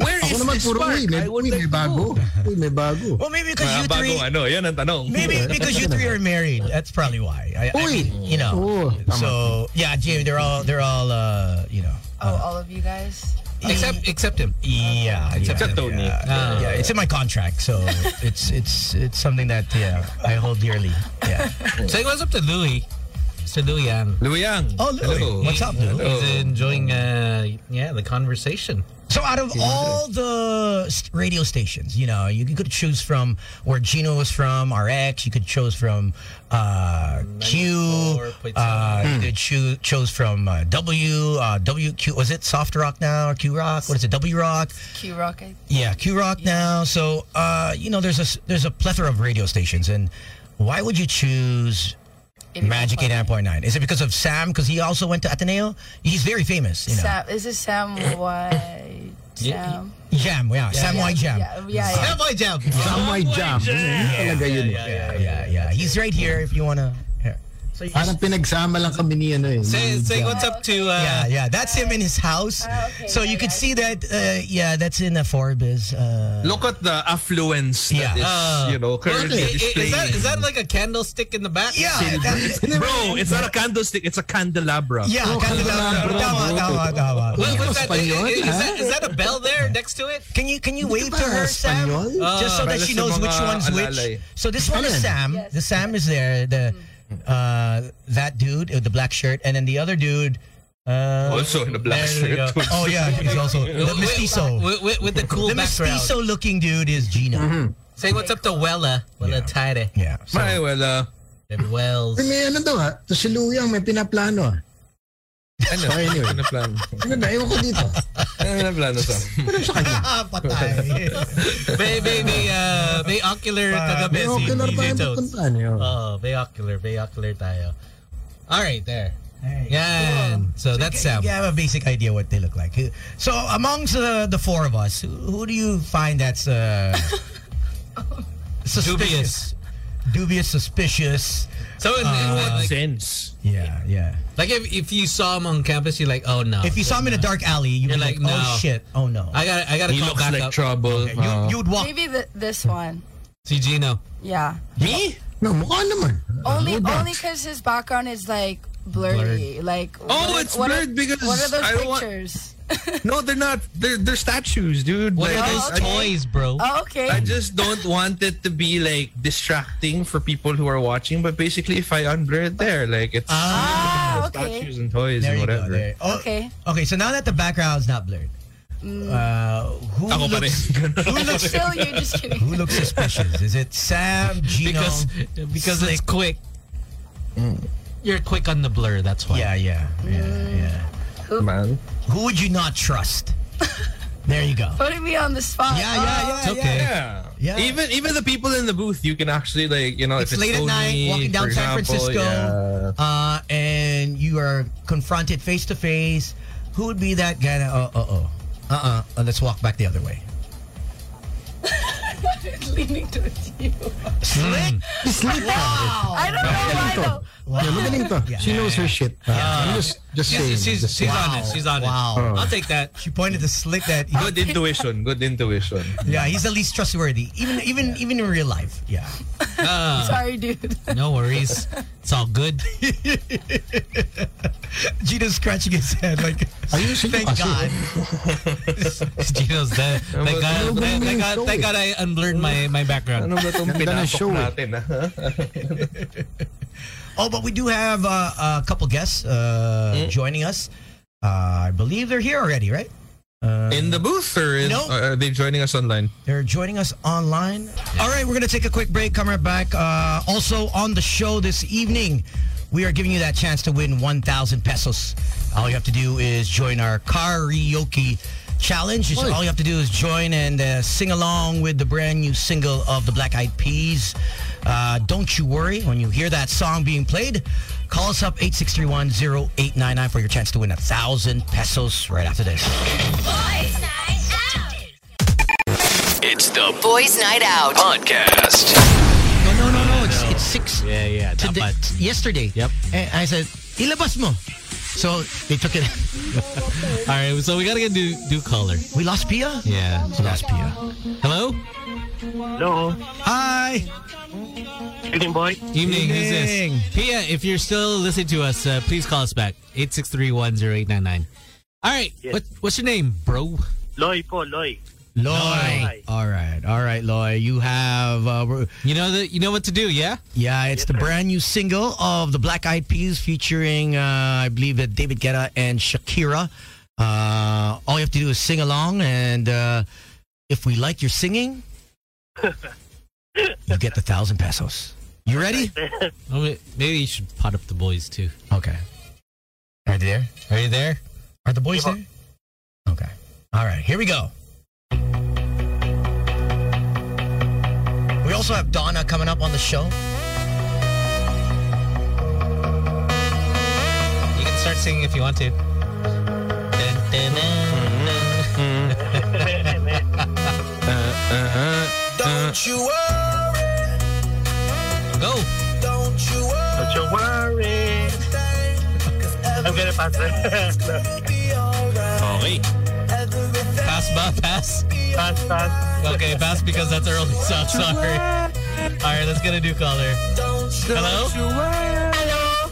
S4: is
S9: Ano naman
S4: this
S9: puro,
S4: park?
S9: uy, may,
S4: I would
S9: uy,
S4: like
S9: may
S4: to
S9: bago.
S4: go."
S9: Uy, may bago.
S3: well, maybe
S4: Ah,
S3: because you three.
S8: Bagong ano, yan ang tanong.
S3: Maybe because you three are married. That's probably why. I, I
S9: Uy.
S3: mean, you know.
S9: Oo.
S3: So yeah, Jamie, they're all they're all uh, you know.
S7: Oh, all of you guys.
S5: Except, except him.
S3: Yeah,
S8: Except
S3: yeah,
S8: Tony.
S3: Yeah, yeah, it's in my contract, so it's it's it's something that yeah I hold dearly. Yeah.
S5: So it was up to Louis. So Louis Ann.
S8: Luyang.
S3: Oh, Louie, what's up, Lou?
S5: He's enjoying, uh, yeah, the conversation.
S3: So out of all the st- radio stations, you know, you could choose from where Gino was from, RX. You could choose from uh, Q. Uh, You could choo- chose from uh, W. Uh, WQ was it Soft Rock now or Q Rock? What is it? W Rock.
S7: Q Rock. I-
S3: Yeah, Q Rock now. So uh, you know, there's a s- there's a plethora of radio stations, and why would you choose Magic 89.9? Is it because of Sam? Because he also went to Ateneo. He's very famous. You know,
S7: Sam, is it Sam White? Sam.
S3: Jam. Yeah, Sam Y Jam.
S7: Yeah, yeah, yeah.
S5: That boy jam.
S9: Samway Jam. Yun Talaga yun.
S3: yeah, yeah, yeah. He's right here if you wanna. Here. So you
S9: Parang pinagsama lang kami ni ano eh.
S5: Say,
S9: ni
S5: say
S9: Jam.
S5: what's up to, uh,
S3: yeah, yeah. That's him in his house.
S7: Ah, okay,
S3: so you
S7: yeah,
S3: could
S7: yeah.
S3: see that. Uh, yeah, that's in the Forbes. Uh,
S4: Look at the affluence that
S3: Yeah.
S4: is, you know,
S5: i-
S4: currently
S5: i-
S4: displayed.
S5: is, that, is that like a candlestick in the back?
S3: yeah, that's-
S4: Bro, it's not a candlestick, it's a candelabra.
S3: yeah. candelabra. Tama, tama, tama.
S5: What, what's that?
S9: Espanyol,
S5: Is, is,
S9: ha?
S5: that, is that a bell there next to it?
S3: Can you can you wave
S9: ba
S3: to her, Sam?
S9: Espanyol?
S5: Ah,
S3: Just so that
S4: para
S3: she
S4: sa
S3: knows
S4: mga
S3: which one's
S4: alalay.
S3: which. So this one is
S9: Ayan.
S3: Sam.
S7: Yes.
S3: The Sam is there. The uh, that dude with the black shirt, and then the other dude. Uh,
S4: Also in a black
S3: there you
S4: shirt.
S3: go. Oh yeah, he's also the mestizo.
S5: With, with, with the cool
S3: The
S5: background.
S3: mestizo looking dude is Gino.
S5: Say what's up to Wella. Wella Tide.
S3: Yeah. So,
S4: Ay, well, uh,
S5: Wells.
S9: May ano daw ha? To si Luyang, may pinaplano ah.
S4: ano?
S9: Oh, anyway.
S4: Ano na plano?
S9: Ano ba? Ewan ko dito.
S4: Ano na plano sa?
S3: Ah, patay.
S5: May, may, may, uh, may ocular kagabi
S9: May
S5: si
S9: ocular pa
S5: DJ
S9: yung
S5: Jones.
S9: pupuntahan eh.
S3: Ah.
S9: oh.
S5: Oh, may ocular. May ocular tayo. All right, there. Yan. So that's Sam.
S3: You have a basic idea what they look like. So amongst uh, the four of us, who, who do you find that's uh, suspicious?
S5: Dubious.
S3: Dubious, suspicious.
S5: So in, in what,
S2: Uh,
S5: like,
S8: Sense.
S3: Yeah, yeah.
S5: like if, if you saw him on campus, you're like, oh no.
S3: If you saw him in a dark alley, you'd be
S5: You're
S3: like,
S5: like,
S3: "Oh
S5: no.
S3: shit! Oh no!"
S5: I got I got to
S8: He
S5: call
S8: looks
S5: back up.
S8: like trouble.
S4: Uh-huh.
S8: Uh,
S3: you, you'd walk.
S7: Maybe th- this one.
S5: Si Gino.
S7: Yeah.
S5: Me?
S9: No, mukha naman.
S7: Only
S9: Ano ba?
S7: only because his background is like blurry. Like
S4: Oh,
S7: what-
S4: it's
S7: what
S4: blurred because
S7: what are those
S4: I don't want-
S7: pictures?
S4: no, they're not. They're, they're statues, dude.
S5: What are
S4: Like, I-
S5: those
S4: I-
S5: toys, bro?
S7: oh, okay.
S4: I just don't want it to be like distracting for people who are watching. But basically, if I unblur it there, like it's
S7: ah, okay.
S4: statues and toys
S3: There
S4: and
S3: you
S4: whatever.
S3: go. There. Oh,
S7: Okay.
S3: Okay. So now that the background's not blurred, uh, who
S4: Ako pa rin.
S3: looks
S7: Who looks still you? Just kidding.
S3: who looks suspicious? Is it Sam, Gino?
S5: Because because it's quick. You're quick on the blur, that's why.
S3: yeah, yeah, yeah, yeah.
S4: man.
S3: Who would you not trust? there you go.
S7: Putting me on the spot. Ah,
S3: Yeah, yeah, yeah.
S5: It's okay.
S4: Yeah.
S3: Yeah.
S4: Even even the people in the booth, you can actually like you know
S3: It's
S4: if
S3: late
S4: it's
S3: at
S4: Tony,
S3: night, walking down
S4: for
S3: San
S4: example,
S3: Francisco,
S4: yeah.
S3: uh, and you are confronted face to face. Who would be that guy? That, oh, oh, oh. Uh, uh, let's walk back the other way.
S7: Oh, leaning towards you.
S3: Slick.
S9: Sleep ah.
S7: I don't know. I don't.
S9: Yeah, magaling to. She knows her shit. Ah, I'm just, just saying.
S5: She's, she's,
S9: just
S5: she's
S9: saying.
S5: honest. She's honest.
S3: Wow.
S5: I'll take that.
S3: She pointed the slick that.
S4: Good intuition. Good intuition.
S3: yeah, he's the least trustworthy, even even even in real life. Yeah.
S4: Uh.
S7: Sorry, dude.
S5: No worries. It's all good.
S3: Gino's scratching his head like,
S9: Ayun, sino
S3: thank
S9: kasi?
S3: God.
S5: Gino's dead. Thank God, thank, thank God, thank God I unblurred my, my background.
S4: Ano ba itong
S9: Ganda ng
S4: pinasok
S9: show, eh.
S4: natin? ah?
S3: Oh, but we do have uh, a couple guests uh, joining us. Uh, I believe they're here already, right?
S4: In the booth or, in,
S3: Nope.
S4: or are they joining us online?
S3: They're joining us online. All right, we're going to take a quick break, come right back. Uh, also, on the show this evening, we are giving you that chance to win 1,000 pesos. All you have to do is join our karaoke challenge. It's- All you have to do is join and uh, sing along with the brand new single of the Black Eyed Peas. Uh, Don't You Worry, when you hear that song being played, Call us up 8631-0899 for your chance to win a thousand pesos right after this.
S10: Boys Night Out.
S1: It's the
S11: Boys Night Out.
S1: podcast.
S3: No, no, no, no. It's, it's six
S2: Yeah, yeah.
S3: today,
S2: Dapat.
S3: yesterday.
S2: Yep.
S3: And I said, ilabas mo. So they took it.
S2: All right, so we gotta get do do caller.
S3: We lost Pia?
S2: Yeah.
S3: We lost Pia.
S2: Hello.
S12: Hello.
S2: Hi.
S12: Chicken boy.
S2: Evening. Who's
S3: Evening.
S2: this? Pia, if you're still listening to us, uh, please call us back. 863-1089. All right.
S12: Yes.
S2: What, what's your name, bro?
S12: Loy po, Loy.
S3: Loy. All right. All right, Loy. You have, uh, we're-
S2: You know the, you know what to do, yeah?
S3: yeah, it's the brand new single of the Black Eyed Peas featuring, uh, I believe, that David Guetta and Shakira. Uh, all you have to do is sing along, and uh, if we like your singing, you get the thousand pesos. You ready?
S2: Oh, wait, maybe you should pot up the boys too.
S3: Okay. Are they there? Are you there? Are the boys there? Okay. All right. Here we go. We also have Donna coming up on the show.
S5: You can start singing if you want to.
S1: Don't you worry,
S5: Go.
S1: don't you worry,
S12: Don't you worry. I'm gonna pass it.
S2: Okay.
S5: Pass, ba, pass.
S12: pass, pass.
S5: Okay, pass because that's early, so I'm sorry. All right, let's get a new caller. Hello?
S10: Hello.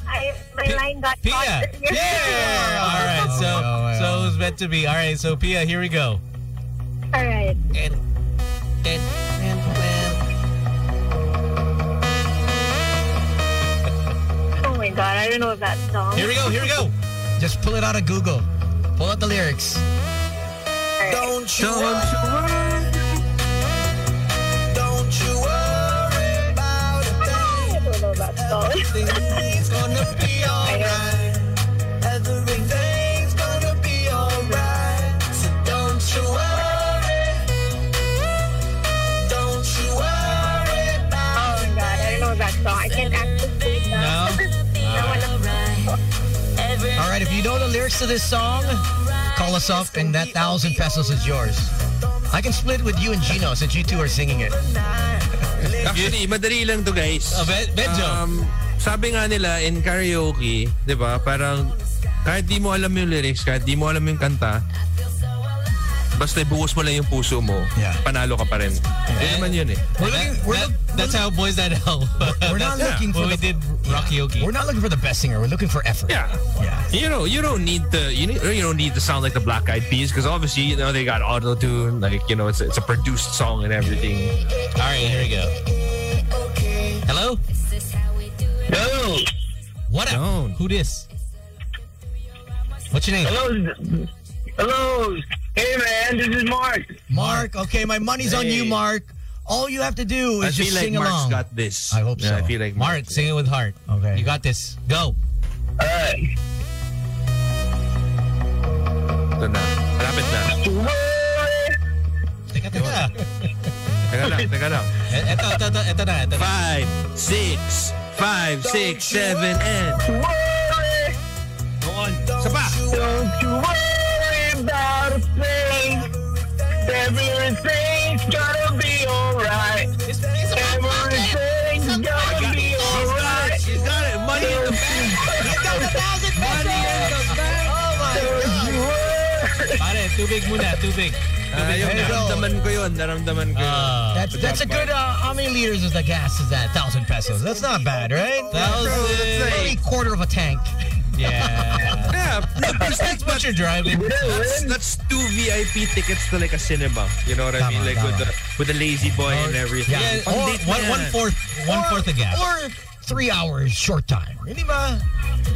S10: I, my line got
S5: Pia.
S10: caught.
S5: Yeah. Oh, All right, so so it was meant to be. All right, so Pia, here we go.
S10: All right. Oh my god, I don't know that song.
S5: Here we go. Here we go.
S3: Just pull it out of Google. Pull out the lyrics.
S1: don't you
S4: Don't you
S1: don't you worry about a thing.
S10: I don't know that song.
S1: Everything's gonna be alright. Everything's gonna be alright. So don't you worry. Don't you worry about
S10: Oh my god, I don't know that song. I can't actually sing that. No.
S3: All right. If you know the lyrics to this song, call us up, and that thousand pesos is yours. I can split it with you and Gino since you two are singing it.
S4: Actually, madali lang to guys.
S5: Oh, Be- Benjo.
S4: Um, sabi nga nila in karaoke, di ba, parang kahit di mo alam yung lyrics, kahit di mo alam yung kanta, basta ibuhos mo lang yung puso mo,
S3: Yeah.
S4: panalo ka pa rin. Yun naman yun eh.
S3: We're looking, we're,
S5: That-
S3: look-
S5: that's how boys that help.
S3: we're not looking for
S5: When we did
S3: the-
S5: Rocky Yogi.
S3: we're not looking for the best singer. We're looking for effort.
S4: Yeah.
S3: Yeah.
S4: You know, you don't need the you, need, you don't need to sound like the Black Eyed Peas because obviously you know they got auto tune like you know it's a, it's a produced song and everything.
S5: All right, here we go. Hello?
S12: Hello.
S5: What up?
S4: Don't.
S5: Who this? What's your name?
S12: Hello. Hello. Hey, man. This is Mark.
S3: Mark, okay, my money's on you,
S12: Hey.
S3: Mark. All you have to do
S4: I
S3: is just
S4: feel like
S3: sing
S4: Mark's
S3: along.
S4: got this.
S3: I hope so.
S4: Yeah, I feel like
S5: Mark, sing it with heart.
S3: Okay.
S5: You got this. Go.
S12: All right.
S4: Ito na. Malapit na.
S5: Teka, teka.
S4: Teka lang, teka lang.
S5: E- Eto, eto, eto, eto na, eto na.
S4: Five, six, five, six, seven, and... Go on. Isa pa.
S12: Don't you worry about a thing. Everything's gonna be alright. Everything's gonna be alright.
S4: She's got it. Money in the bank.
S3: Oh
S12: Don't you worry.
S5: Pare, tubig muna, tubig.
S4: Ayun,
S5: There you go.
S4: naramdaman ko yun. Naramdaman ko yun.
S5: Uh,
S3: That's that's a good. Uh, how many liters is the gas? Is that thousand pesos? That's not bad, right?
S5: thousand.
S3: Only quarter of a tank.
S5: Yeah.
S4: Yeah, no, because that's
S5: What you're driving.
S4: That's, that's two VIP tickets to like a cinema. You know what I
S3: Tama,
S4: mean? Like with
S3: tama. Oh,
S4: the with the lazy boy and everything.
S5: Yeah,
S4: On
S5: or
S4: date
S5: one,
S4: night.
S5: one fourth, one fourth of gas.
S3: Or three hours short time. Hindi ba?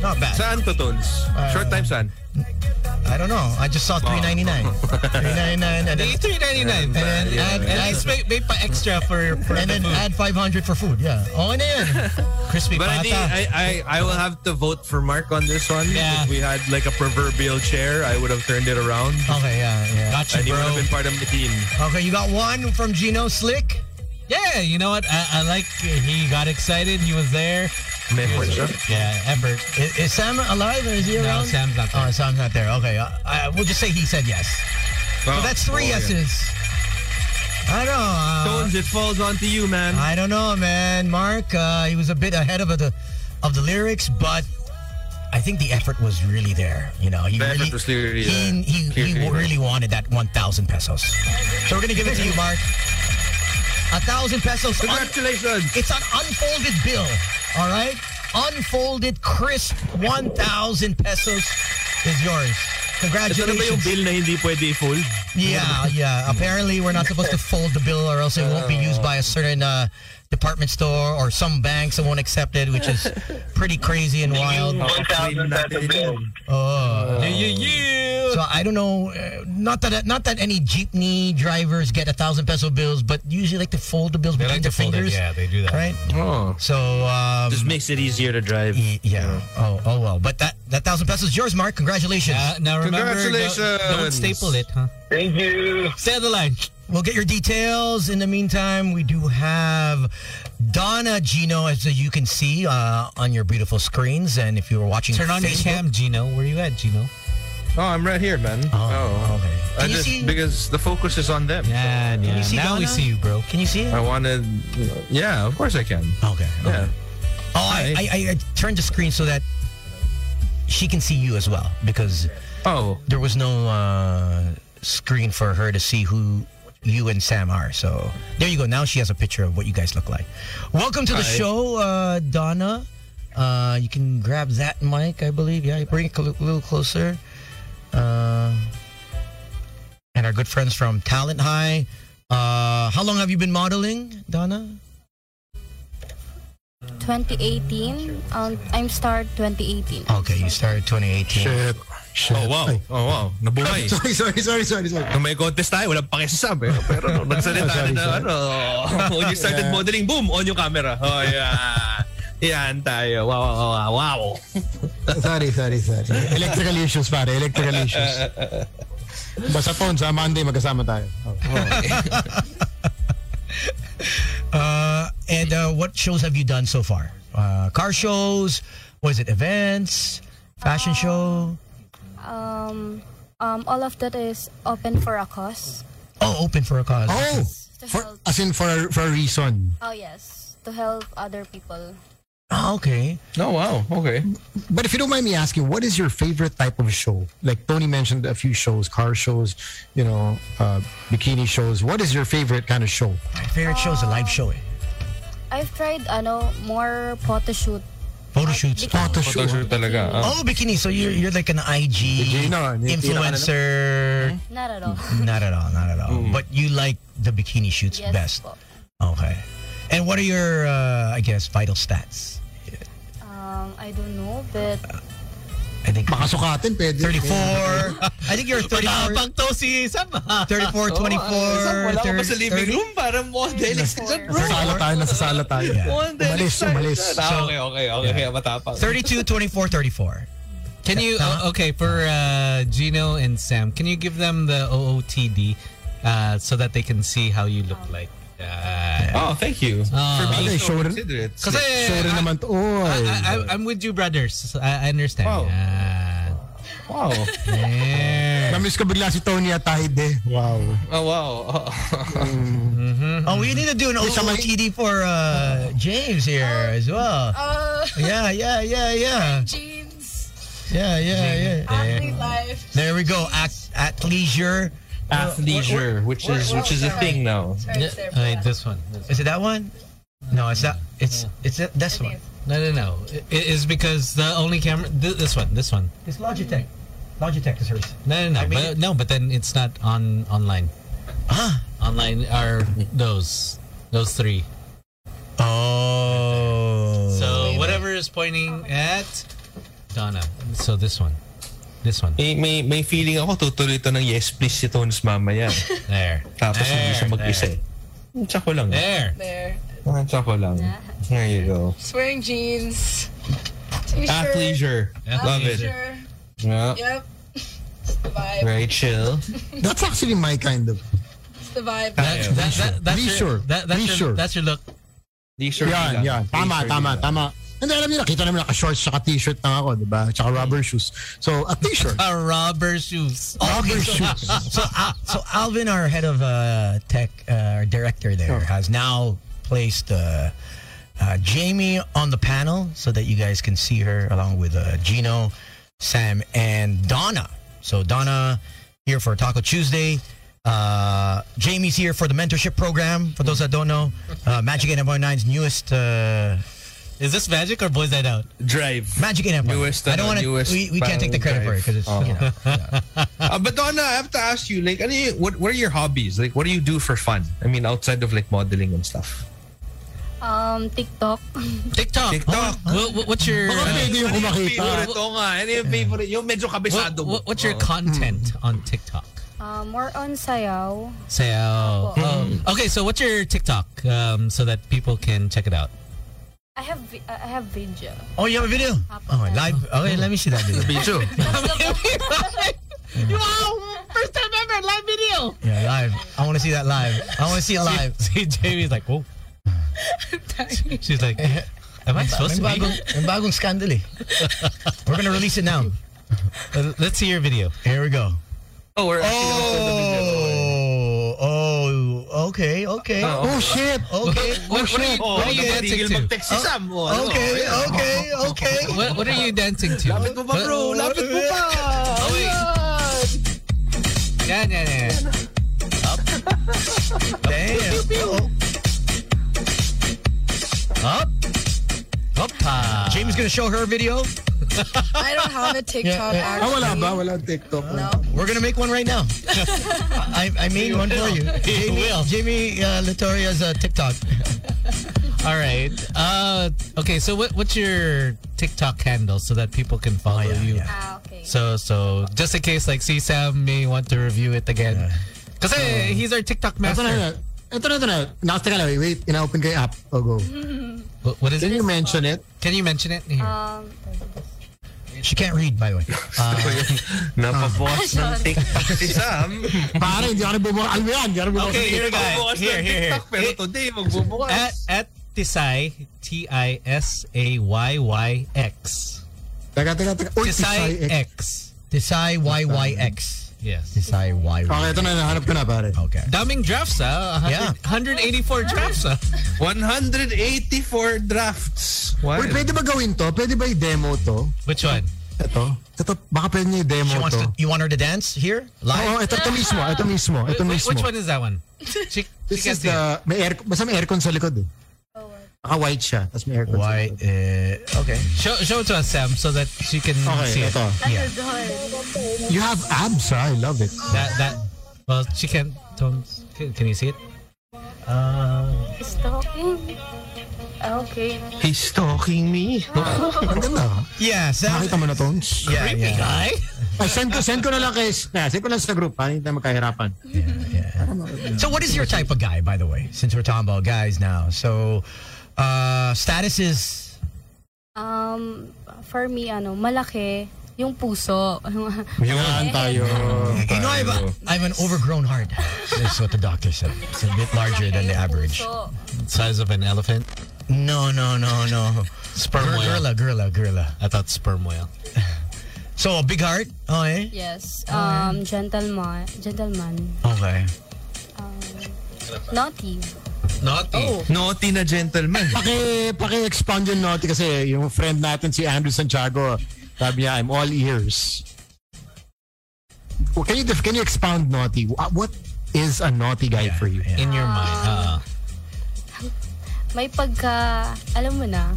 S3: Not bad.
S4: Saan to, Tones?
S3: Uh,
S4: Short time saan?
S3: I don't know. I just saw three ninety nine. Three ninety nine, and then
S5: Three ninety nine. And then
S4: Yeah,
S5: add,
S4: yeah.
S5: add, may, may pa extra for, for
S3: and
S5: the
S3: then
S5: food.
S3: add five hundred for food. Yeah. Oh, na yan.
S5: crispy
S4: But I
S5: pata.
S4: think I, I, I will have to vote for Mark on this one.
S5: Yeah.
S4: If we had like a proverbial chair, I would have turned it around.
S3: Oh, Okay. Yeah. Yeah.
S5: Gotcha,
S4: And he would
S5: bro.
S4: have been part of the team.
S3: Okay. You got one from Gino Slick.
S5: Yeah, you know what? I, I like. He got excited. He was there. He was- yeah, Embert.
S3: Is, is Sam alive or is he
S5: No,
S3: around?
S5: Sam's not there.
S3: Oh, Sam's not there. Okay, uh, I, we'll just say he said yes. so that's
S4: Oh,
S3: three yeses. I don't know. uh, Ah,
S8: Tones, it falls onto you, man.
S3: I don't know, man. Mark, uh, he was a bit ahead of the of the lyrics, but I think the effort was really there. You know, he
S4: The
S3: really,
S4: effort was clearly
S3: he,
S4: there.
S3: he, he
S4: Clearly
S3: really wanted that one thousand pesos. So we're gonna give it to you, Mark. A thousand pesos. on-
S4: Congratulations.
S3: it's an unfolded bill. All right, unfolded, crisp, one thousand pesos is yours.
S8: Ito na ba yung
S3: Congratulations.
S8: bill na hindi pwede i-fold?
S3: Yeah, yeah. Apparently, we're not supposed to fold the bill, or else it won't be used by a certain uh, department store or some banks that won't accept it, which is pretty crazy and wild. Oh. So I don't know. uh, Not that not that any jeepney drivers get a thousand peso bills, but usually like to fold the bills
S5: They
S3: between
S5: like to
S3: their
S5: fold it.
S3: fingers,
S5: Yeah, they do that.
S3: right?
S4: Oh.
S3: So um,
S8: Just makes it easier to drive.
S3: y- yeah. Oh, oh well. But that that thousand pesos is yours, Mark. Congratulations.
S5: Uh, now remember, don't, don't
S4: Congratulations.
S5: staple it, huh?
S12: Thank you.
S5: Stay on the line.
S3: We'll get your details. In the meantime, we do have Donna Gino, as you can see uh, on your beautiful screens. And if you were watching,
S5: Turn on your
S3: Facebook- Uh,
S5: cam, Gino. Where you at, Gino?
S4: Oh, I'm right here, man. Oh,
S3: okay.
S4: I
S3: Can you
S4: just
S3: see-
S4: because the focus is on them.
S5: Yeah, yeah.
S3: see
S5: now we
S3: Donna?
S5: see you, bro.
S3: Can you see it?
S4: I
S3: Okay.
S4: wanted. Yeah, of course I can.
S3: okay.
S4: Yeah.
S3: Oh, I, I, I, I turned the screen so that she can see you as well because
S4: Oh,
S3: there was no uh, screen for her to see who you and Sam are. So there you go. Now she has a picture of what you guys look like. Welcome to the
S4: Hi.
S3: show, uh, Donna. Uh, you can grab that mic, I believe. Yeah, bring it a little closer. Uh, and our good friends from Talent High. Uh, how long have you been modeling, Donna?
S10: 2018. Um, I'm start 2018.
S3: Okay, you started 2018.
S4: shit. Shit.
S8: Oh, wow. Oh, wow. Nabumay.
S9: Sorry, sorry, sorry, sorry, sorry.
S8: Nung may contest tayo, walang pakisasabi. Pero nung nagsalita na
S9: Sorry,
S8: na,
S9: sorry.
S8: ano, when you started
S9: Yeah.
S8: modeling, boom, on yung camera. Oh, yeah. Yan tayo. Wow, wow, wow, wow.
S9: Sorry, sorry, sorry. Electrical issues, pare. Electrical issues. Basta phone, sa Monday magkasama tayo. Okay.
S3: Uh, and uh, what shows have you done so far? Uh, car shows? Was it events? Fashion
S10: Uh,
S3: show?
S10: Um, um, all of that is open for a cause.
S3: Oh, open for a cause.
S9: Oh!
S10: To
S9: For,
S10: help.
S9: as in for a, for a reason.
S10: Oh yes, to help other people.
S3: Oh, okay.
S4: Oh, wow. Okay.
S9: But if you don't mind me asking, what is your favorite type of show? Like Tony mentioned a few shows, car shows, you know, uh, bikini shows. What is your favorite kind of show?
S3: My favorite show is a live show. Eh?
S10: I've tried ano more photo shoot.
S3: Photo shoots.
S2: Oh,
S10: Bikini.
S9: Photo show.
S4: Sure talaga. uh,
S3: Oh, bikini. So you're, you're like an IG
S9: no, hindi na ano.
S3: influencer.
S10: Not at all.
S3: Not at all. Not at all.
S5: Hmm.
S3: But you like the bikini shoots
S10: yes.
S3: best.
S10: po.
S3: Okay. And what are your, uh, I guess, vital stats?
S10: Um, I don't know, but
S3: I think
S9: Baka sukatin, pwede.
S3: 34. I think you're 34.
S5: Nakapag to si Sam, ha?
S3: 34, 24,
S8: Wala ko pa sa
S3: 30,
S8: living room. Parang model extension, bro.
S9: Nasa sala tayo, nasa sala tayo.
S8: Model
S9: Umalis,
S8: extension.
S9: umalis.
S8: Ah, okay, okay, okay. Kaya matapang.
S3: 32, 24, 34.
S2: Can you oh, okay for uh, Gino and Sam? Can you give them the OOTD uh, so that they can see how you look like? Uh,
S8: Oh, thank you. For
S2: Oh.
S8: being
S9: Okay,
S8: so
S9: show rin.
S8: considerate.
S2: Kasi
S9: Show rin naman to. Oy.
S2: I, I, I'm with you, brothers. So I, I understand.
S8: Wow.
S2: Yeah.
S8: Wow.
S2: ah.
S9: Namiss ko bigla si Tony at Tahide. Wow.
S8: Oh, wow. Oh.
S2: Mm-hmm.
S3: Oh, we need to do an OOTD for uh, James here as well.
S7: Uh,
S3: Yeah, yeah, yeah, yeah.
S7: jeans.
S3: Yeah, yeah, yeah.
S7: Athlete life.
S3: There we go. At, at leisure.
S8: Athleisure, which is
S7: what-
S8: which is a
S7: what-
S8: thing now.
S7: Sorry, sir,
S2: All right,
S7: but-
S2: this one. This one.
S3: Is it that one? No, it's that. It's it's that, this one.
S2: No, no, no. It, it is because the only camera. Th- this one. This one.
S3: It's Logitech. Logitech is hers.
S2: No, no, no.
S3: I mean-
S2: but, no, but then it's not on online.
S3: Huh?
S8: Ah.
S2: Online are those those three.
S3: Oh.
S2: So whatever is pointing at Donna. So this one. This one.
S8: May, may, may feeling ako tutuloy ito ng yes please si Tones mamaya.
S2: There.
S8: Tapos hindi
S2: There,
S8: siya mag-isa eh. Tsako lang. Eh.
S2: There.
S7: There.
S8: Tsako lang. There you go.
S7: Just wearing jeans. T-shirt.
S8: Athleisure. Love it.
S7: Athleisure.
S8: Yeah.
S7: Yep. It's the vibe.
S8: Very chill.
S9: That's actually my kind of.
S7: the vibe.
S2: That's, that, that, that's your,
S9: Leisure.
S2: that, that's,
S9: Leisure.
S2: Your, that's your look.
S8: Leisure
S9: Yan,
S8: nila.
S9: yan. Tama,
S8: Leisure
S9: tama,
S8: nila.
S9: tama. Hindi, alam niyo, nakita namin naka-shorts tsaka t-shirt na ako, di ba? Tsaka rubber shoes. So, a t-shirt.
S2: A rubber shoes.
S9: rubber shoes.
S3: So, Al- so Alvin, our head of uh, tech, uh, our director there, has now placed uh, uh, Jamie on the panel so that you guys can see her along with uh, Gino, Sam, and Donna. So Donna here for Taco Tuesday. Uh, Jamie's here for the mentorship program. For those that don't know, uh, Magic 9's newest uh,
S2: Is this magic or boys night out?
S8: Drive.
S3: Magic 8
S8: Newest,
S3: I don't
S8: ano,
S3: want to.
S8: newest Oh.
S3: We, we can't take the credit for it because it's you know.
S8: Uh, but Donna, I have to ask you, like, ano yung- what, what are your hobbies? Like, what do you do for fun? I mean, outside of like modeling and stuff.
S10: Um, TikTok.
S2: TikTok.
S8: TikTok.
S2: Wha- wha- what's your uh,
S9: Pwede yung kumakita.
S8: Oo nga, ano yung favorite? Yung medyo
S2: wha-
S8: kabisado
S2: wha- what's your content on TikTok?
S10: Uh, more on sayaw.
S2: So, oh, okay, so what's your TikTok um, so that people can check it out?
S10: I have vi- I have video.
S3: Oh, you have a video? Oh, live. Okay, let me see that video.
S8: Bicho.
S3: Yeah, live. I want to see that live. I want to see it live.
S2: See, Jamie's like, whoa. She's like, am I supposed to
S3: May
S2: be?
S3: bagong, may bagong scandal eh. We're gonna release it now.
S2: Uh, Let's see your video.
S3: Here we go.
S8: Oh, we're actually gonna play the video.
S3: Oh, oh, okay, okay.
S9: Oh, shit.
S3: Okay,
S2: What, what, are, you, what are Oh, you
S8: Hindi
S2: dancing
S8: tigil
S2: to?
S8: mag-text si Sam. oh, ano?
S3: okay, okay, okay.
S2: What, what are you dancing to?
S8: Lapit mo ba, bro?
S3: Oh,
S8: Lapit mo ba?
S2: Yeah, yeah, yeah.
S3: Damn.
S2: Up. Hoppa.
S3: Jamie's gonna show her video.
S7: I don't have a TikTok
S9: Ah,
S7: actually.
S9: wala ba? Wala ang TikTok.
S7: No.
S3: We're gonna make one right now. I, I made one for you. Jamie, Jamie uh, Latoria's uh, TikTok.
S2: All right. Uh, okay. So what, what's your TikTok handle so that people can follow
S3: Oh,
S2: you?
S10: Ah, okay.
S2: So so just in case like see Sam may want to review it again. Because he's our TikTok
S9: Ito na,
S2: master.
S9: ito na, ito na. Nasa ka lang. Wait, ina-open ko yung app. Oh, go.
S2: Wh- What is
S9: Can
S2: it?
S9: you mention it?
S2: Can you mention it? Here.
S10: Um,
S3: She can't read, by the way.
S8: Napaboss ng TikTok si Sam.
S9: Pare, hindi ako nagbubukas. Alam mo yan, hindi ako nagbubukas.
S2: Okay, here, guy.
S8: Napaboss
S2: Here,
S8: ng
S2: here, here.
S8: TikTok, Pero today, magbubukas.
S2: At at Tisay T I S A Y Y X
S9: Teka, teka, teka. Uy, Tisay
S2: Tisay
S9: X.
S2: X.
S3: Desai YYX.
S2: Yes.
S3: Desai
S9: Okay,
S3: YYX.
S9: ito na, nahanap ko na, pare.
S3: Okay.
S2: Daming drafts, ah.
S3: Yeah.
S2: 184 drafts, ah.
S8: 184 drafts. Wow.
S9: Uy, pwede ba gawin to? Pwede ba i-demo to?
S2: Which one?
S9: Ito? Ito, baka pwede niyo i-demo
S3: She wants
S9: to.
S3: to. You want her to dance here live?
S9: Oo, ito, ito mismo. Ito mismo. Ito
S2: Wh-
S9: mismo.
S2: Oh, Which one is that one? She,
S9: This
S2: she can
S9: is
S2: see it.
S9: the, may air, basta may aircon sa likod eh. Naka-white siya, tapos may aircon
S3: Why?
S9: sa likod.
S3: Uh, okay.
S2: Show, show it to us, Sam, so that she can
S9: Okay,
S2: see
S9: ito.
S2: it. Yeah.
S9: You have abs, ah. I love it.
S2: That that. Well, she can. Don't. Can, can you see it?
S3: Uh,
S10: stalking. Okay.
S8: He's stalking me.
S9: Ang ganda. ah.
S3: Yeah, Sam.
S9: Nakita mo na, Tones?
S3: Yeah, yeah.
S2: guy.
S9: Ay, send, ko, send ko na lang kay, na, send ko lang sa group, ha? Hindi tayo magkahirapan.
S3: So, what is your type of guy, by the way? Since we're talking about guys now, so uh, status is
S10: Um, for me, ano, malaki yung puso.
S9: Yan tayo.
S3: you know I've, I have an overgrown heart. That's what the doctor said. It's a bit larger than the average.
S10: Puso.
S2: Size of an elephant.
S3: No, no, no, no.
S2: Sperm
S3: Gor-
S2: whale.
S3: Gorilla, gorilla, gorilla.
S2: I thought sperm whale.
S3: So a big heart. Oh, eh?
S10: Yes. Um, gentleman. Gentleman.
S3: Okay.
S10: Naughty.
S2: Naughty.
S3: Oh.
S8: Naughty na gentleman.
S9: Paki, paki-expound yun, Naughty, kasi yung friend natin, si Andrew Santiago, sabi niya, I'm all ears. Well, can you, def- can you expound, Naughty? Wha- What is a naughty guy for you?
S2: In your mind. Uh,
S10: May pagka, alam mo na,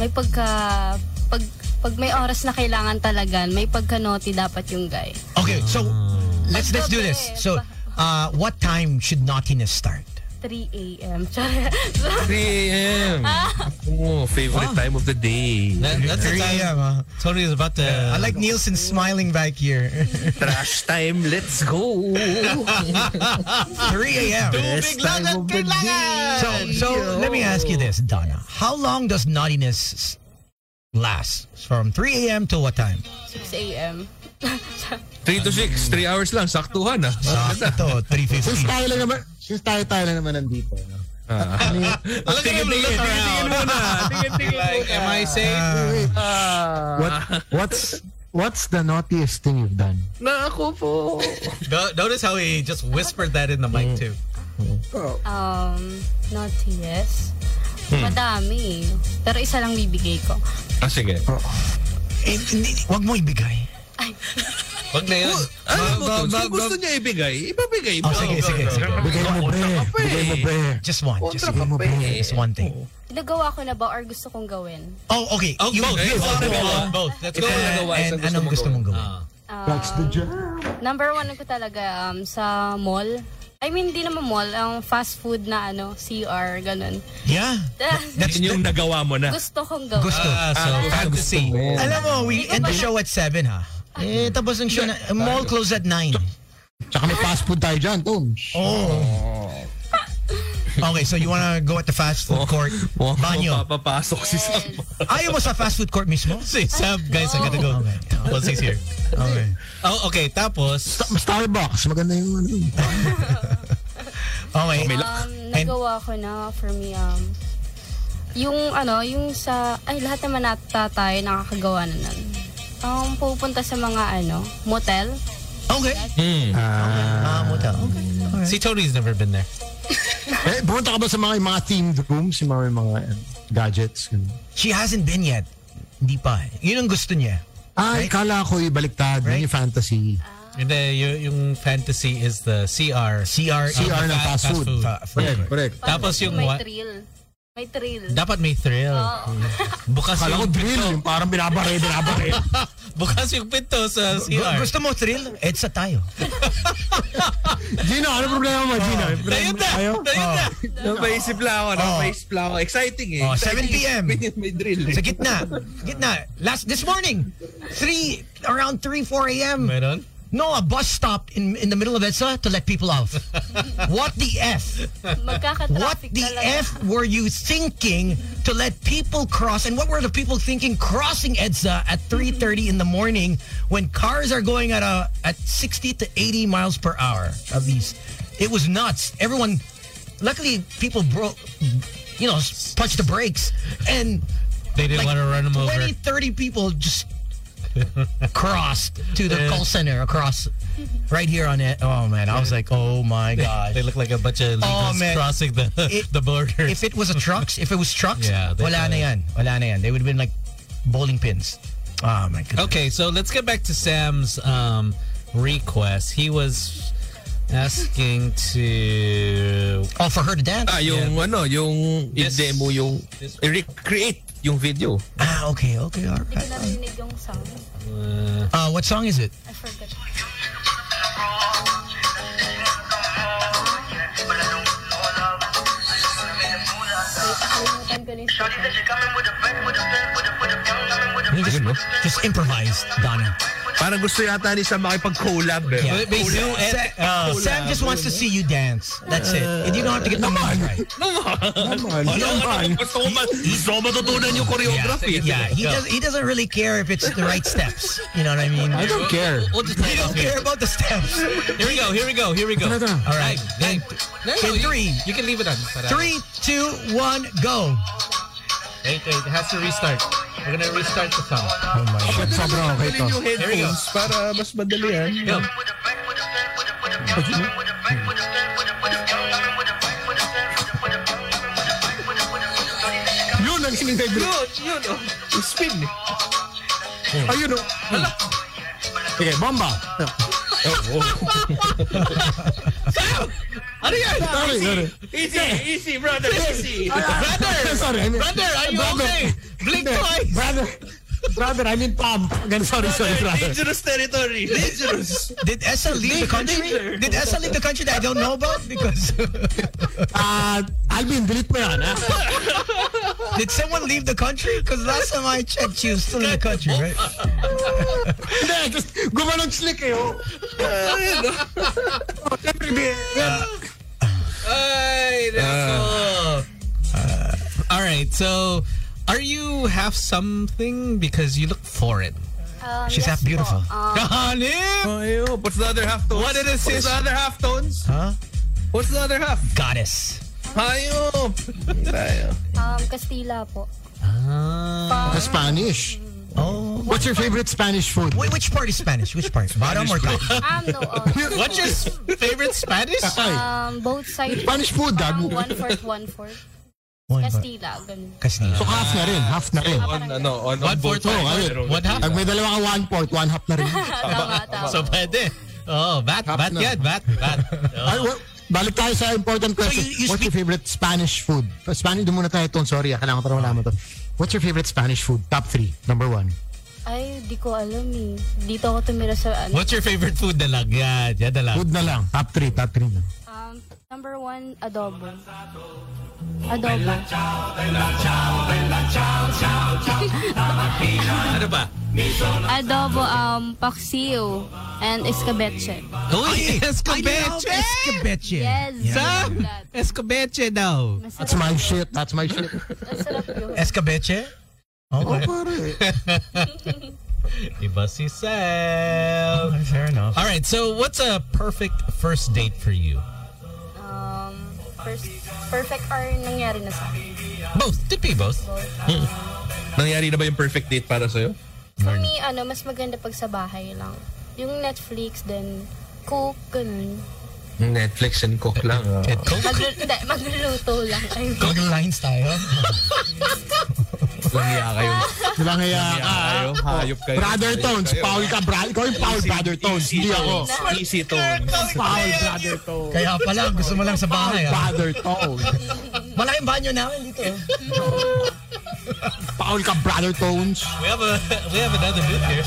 S10: may pagka, pag, pag may oras na kailangan talaga, may pagka naughty dapat yung guy.
S3: Okay. So let's let's do this. So, uh, what time should naughtiness start?
S10: 3 a.m. Sorry.
S8: 3 a.m. Oh, favorite time of the day.
S2: that, that's the time.
S3: Yeah,
S2: Tony is about to.
S3: uh, I like Nielsen smiling back here.
S8: Trash time, let's go.
S3: 3 a.m. So, so let me ask you this, Donna. How long does naughtiness lasts from 3 a.m. to what time?
S10: 6 a.m.
S8: 3 to 6. 3 hours lang. Saktuhan ah.
S3: Sakto,
S9: Since
S3: 3.50.
S9: tayo lang naman, since tayo tayo lang naman nandito. no?
S5: Look at him look around. like, am I safe?
S9: Ah, wait. what,
S2: Ah.
S9: what's, what's the naughtiest thing you've done?
S12: Na ako po.
S2: No- Notice how he just whispered that in the mic too.
S10: Um, naughtiest? Madami. Pero isa lang bibigay ko.
S8: Ah, sige.
S3: Eh, hindi, wag mo ibigay.
S10: Ay,
S2: Wag na yun.
S8: Ano mo to? Kung gusto niya ibigay, ibabigay mo.
S3: Oh, sige, sige, sige.
S9: Bigay mo, bre. Bigay mo, bre.
S3: Just one. Just
S8: Kontra pa
S3: one,
S8: pa eh.
S3: just one thing.
S10: ginagawa ko na ba or gusto kong gawin?
S3: Oh, okay.
S8: Ah,
S2: Oh,
S3: You-
S2: both.
S3: you-
S2: Both.
S3: you-
S2: Both. Both. Let's go.
S3: And, and anong gusto mong gawin?
S9: That's the job.
S10: Ah, Number one ko talaga um, sa mall. I mean, di naman mall. Ang fast food na ano, CR, ganun.
S3: Yeah. That's
S8: Yun yung nagawa mo na.
S10: gusto kong gawin.
S3: Gusto.
S2: Ah, so fantasy.
S3: Alam mo, we end the show at 7, ha? Eh, tapos ang show na, mall close at 9.
S9: Tsaka may fast food tayo dyan, Tom.
S3: Oh. Okay, so you wanna go at the fast food court? Banyo.
S8: Papapasok si Sam.
S3: Ayaw mo sa fast food court mismo?
S2: Si Sam, guys, I gotta go. Well, he's here.
S3: Okay.
S2: Oh, okay. Tapos,
S9: Starbucks, maganda yung ano.
S2: Oh,
S3: Okay.
S10: Um, nagawa ko na for me, um, yung ano, yung sa, ay lahat naman nata tayo nakakagawa na nun. Um, pupunta sa mga ano, motel.
S3: Okay. Ah, motel. Okay. Alright.
S2: si Hmm. Tony's never been there.
S9: Eh, pumunta ka ba sa mga, mga themed rooms, yung mga, may mga eh, gadgets? Yun.
S3: She hasn't been yet. Hindi pa. eh. Yun ang gusto niya.
S9: Ay,
S3: Right.
S9: kala ko ibaliktad. Yun
S3: Right.
S9: yung fantasy.
S2: Hindi, y- yung fantasy is the CR.
S3: CR.
S9: CR ng
S2: fast-
S9: fast
S2: fast
S9: food.
S2: food.
S3: Fa- food
S9: Correct,
S3: court.
S9: correct.
S2: Tapos yung
S10: may
S2: what?
S10: thrill. May thrill.
S2: Dapat may thrill.
S10: Oo.
S2: Bukas
S9: Kala ko
S2: yung
S9: drill, yung parang binabare, binabare.
S2: bukas yung pinto sa
S3: Gu-
S2: CR.
S3: Gusto mo thrill? Edsa tayo.
S9: Gino, ano problema mo, Oh. Gino? May problema
S2: Ayun Oh. na!
S9: tayo?
S2: Ayun na!
S8: Napaisip lang ako. Napaisip lang ako. Exciting eh.
S3: Oh,
S8: Exciting
S3: 7 p.m..
S8: experience, May drill eh.
S3: Sa gitna. Gitna. Last, this morning. 3, around 3, 4 a.m.
S2: Meron?
S3: No, a bus stopped in in the middle of EDSA to let people off. what the F? What
S10: Magkaka-traffic
S3: the
S10: talaga.
S3: F were you thinking to let people cross? And what were the people thinking crossing EDSA at 3.30 in the morning when cars are going at a, at 60 to 80 miles per hour at least? It was nuts. Everyone, luckily people broke, you know, punched the brakes. And
S2: They didn't want to run him over.
S3: 20, 30 people just crossed to the call center across right here on it. Oh man, I was like, oh my gosh.
S2: They look like a bunch of illegals
S3: Oh, man.
S2: crossing the
S3: It-
S2: the border.
S3: if it was a trucks, if it was trucks,
S2: Yeah, they
S3: wala na
S2: probably-
S3: yan. Wala na yan. They would have been like bowling pins. Oh my goodness.
S2: okay, so let's get back to Sam's um, request. He was asking to
S3: Oh, for her to dance?
S8: Ah, yung ano, yung
S2: Yes.
S8: i-demo yung
S2: This-
S8: i-recreate yung video.
S3: ah, okay, okay, all
S10: Hindi ko
S3: right.
S10: narinig yung song.
S3: Uh, what song is it?
S10: I forgot. Wait, nakalimutan ko na yung song.
S3: Just, just improvise, Donna.
S8: Parang gusto yata ni Sam makipag-collab eh.
S3: Yeah.
S2: May duet.
S3: Sa- uh, Sam just wants to see you dance. That's it.
S2: Uh,
S3: And you don't have to get the moves right.
S9: Naman,
S8: Ano
S9: naman.
S8: Gusto ko, ma- gusto ko matutunan yung choreography.
S3: Yeah, he, does, he doesn't really care if it's the right steps. You know what I mean?
S9: I don't care.
S2: We'll just play it
S3: He
S2: off
S3: don't
S2: here.
S3: care about the steps.
S2: Here we go. Here we go. Here we go.
S9: Ano to?
S2: All right.
S3: Then-
S2: No,
S3: then
S2: you-
S3: three.
S2: You can leave it on. Para-
S3: Three, two, one, go.
S2: Wait, wait. It has to restart. We're gonna restart the song.
S3: Oh my God.
S9: Sobrang okay to.
S8: Yung headphones para mas madali yan.
S2: Go.
S9: Yun ang sinintay bro.
S8: Yun, yun. oh. Yung Spin eh. oh.
S9: Ayun o. Sige, bomba.
S2: Ano yan?
S9: Sorry, sorry.
S8: Easy, easy, brother, easy.
S9: Brother! Sorry, I mean,
S2: Brother, are you
S9: Brother.
S2: okay? Blink
S9: Hindi.
S2: twice.
S9: Brother, brother, I mean pump. Again, sorry, sorry, brother.
S8: Dangerous territory. Dangerous.
S3: Did Essa leave the country? Did Essa leave the country that I don't know about? Because
S9: Ah, Alvin, delete mo yan, ha?
S3: Did someone leave the country? Because last time I checked, she was still in the country, right?
S9: Hindi, just gumanon slick eh, oh.
S4: Uh.
S2: Ay, nako. All right. Uh, So, Are you half something because you look foreign?
S10: Um,
S3: She's half
S10: yes po.
S3: beautiful.
S10: Um,
S2: Kahanip!
S4: oh, What's the other half tones?
S2: What did it
S4: What's
S2: say?
S4: the other half tones?
S3: Huh?
S4: What's the other half? oh.
S3: Goddess.
S4: Hayop! Tayo.
S10: um, Kastila po.
S9: Uh, Spanish.
S3: Oh.
S9: What's your favorite Spanish food?
S3: Wait, which part is Spanish? Which part? Bottom or top?
S10: Um, no, all.
S2: What's your s- favorite Spanish?
S9: Ay,
S10: Um, both sides.
S9: Spanish food, dad.
S10: Parang one-fourth, one-fourth.
S3: One part.
S10: Kastila, ganun.
S3: Castilla.
S9: So half na rin, half na rin.
S4: On, ano, on,
S2: One
S4: on
S2: fourth,
S4: both
S2: one
S9: ayun.
S2: fourth. What
S9: Pag
S2: happened?
S9: may dalawa ka one fourth, one half na rin.
S10: tama, tama.
S2: So, pwede. Oh, bat,
S9: Half
S2: bat
S9: na.
S2: yan, bat, bat. Oh.
S9: Ay, wa- balik tayo sa important question.
S3: you- you
S9: What's your favorite Spanish food? Spanish, doon muna tayo, Ton. Sorry, ah, kailangan ko parang malaman to. What's your favorite Spanish food? Top three, number one.
S10: Ay, di ko alam eh. Dito ako tumira sa ano.
S2: What's your favorite food? Dalag. Yan, yan dalag.
S9: Food na lang. Top three, top three na.
S10: Um, number one, adobo. Adobo.
S2: Ano ba?
S10: Adobo, um, paksiw and escabeche.
S2: Uy, escabeche!
S3: Escabeche.
S10: Yes.
S2: Sam!
S10: That.
S2: Escabeche daw.
S9: That's
S10: Masarap,
S9: my shit. That's my shit.
S10: masarap yun.
S3: Escabeche?
S9: Oh,
S3: Okay.
S9: pare.
S2: Iba si Sam.
S3: Oh, Fair enough.
S2: All right, so what's a perfect first date for you?
S10: Um, first, perfect or nangyari na sa akin.
S2: Both. Could be both.
S4: Nangyari na ba yung perfect date para sa'yo?
S10: For me, ano, mas maganda pag sa bahay lang. Yung Netflix, then cook, ganun.
S4: Netflix and cook lang.
S10: Maglu- hindi, magluluto lang. Ay,
S3: Lines tayo.
S4: Langiya kayo.
S9: Walang iya ka.
S4: kayo. Hayop kayo.
S9: Brother
S4: Hayop
S9: Tones,
S4: kayo.
S9: Paul ka, brother. Ikaw yung Paul, brother Tones. Hindi ako.
S4: Easy tone.
S9: Paul, brother Tones.
S3: Kaya pala, gusto mo lang sa bahay. Ah.
S9: Brother Tones.
S3: Malaking banyo namin dito. eh.
S9: Paul ka, brother Tones.
S2: We have a we have another bit here.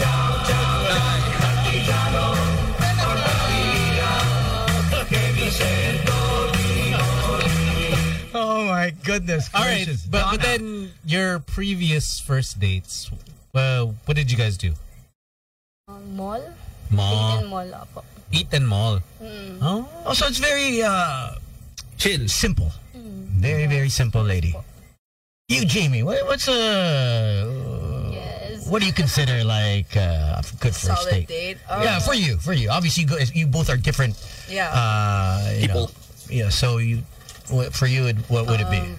S3: Oh my goodness.
S2: All right, but, but then your previous first dates, uh, what did you guys do?
S10: um, mall?
S2: Mall,
S10: Tingnan mall, apo.
S2: eat and mall.
S7: Mm.
S2: Oh,
S3: Oh, so it's very uh,
S4: Chill.
S3: simple.
S7: Mm.
S3: Very, very simple lady. You, Jamie, what, what's a.
S10: Yes.
S3: What do you consider like uh, a good first date?
S7: Solid date. Oh,
S3: Yeah, for you, for you. Obviously, you, go, you both are different
S7: yeah.
S3: uh, you know.
S4: People.
S3: yeah, so you, what- for you, it, what would it be?
S7: Um,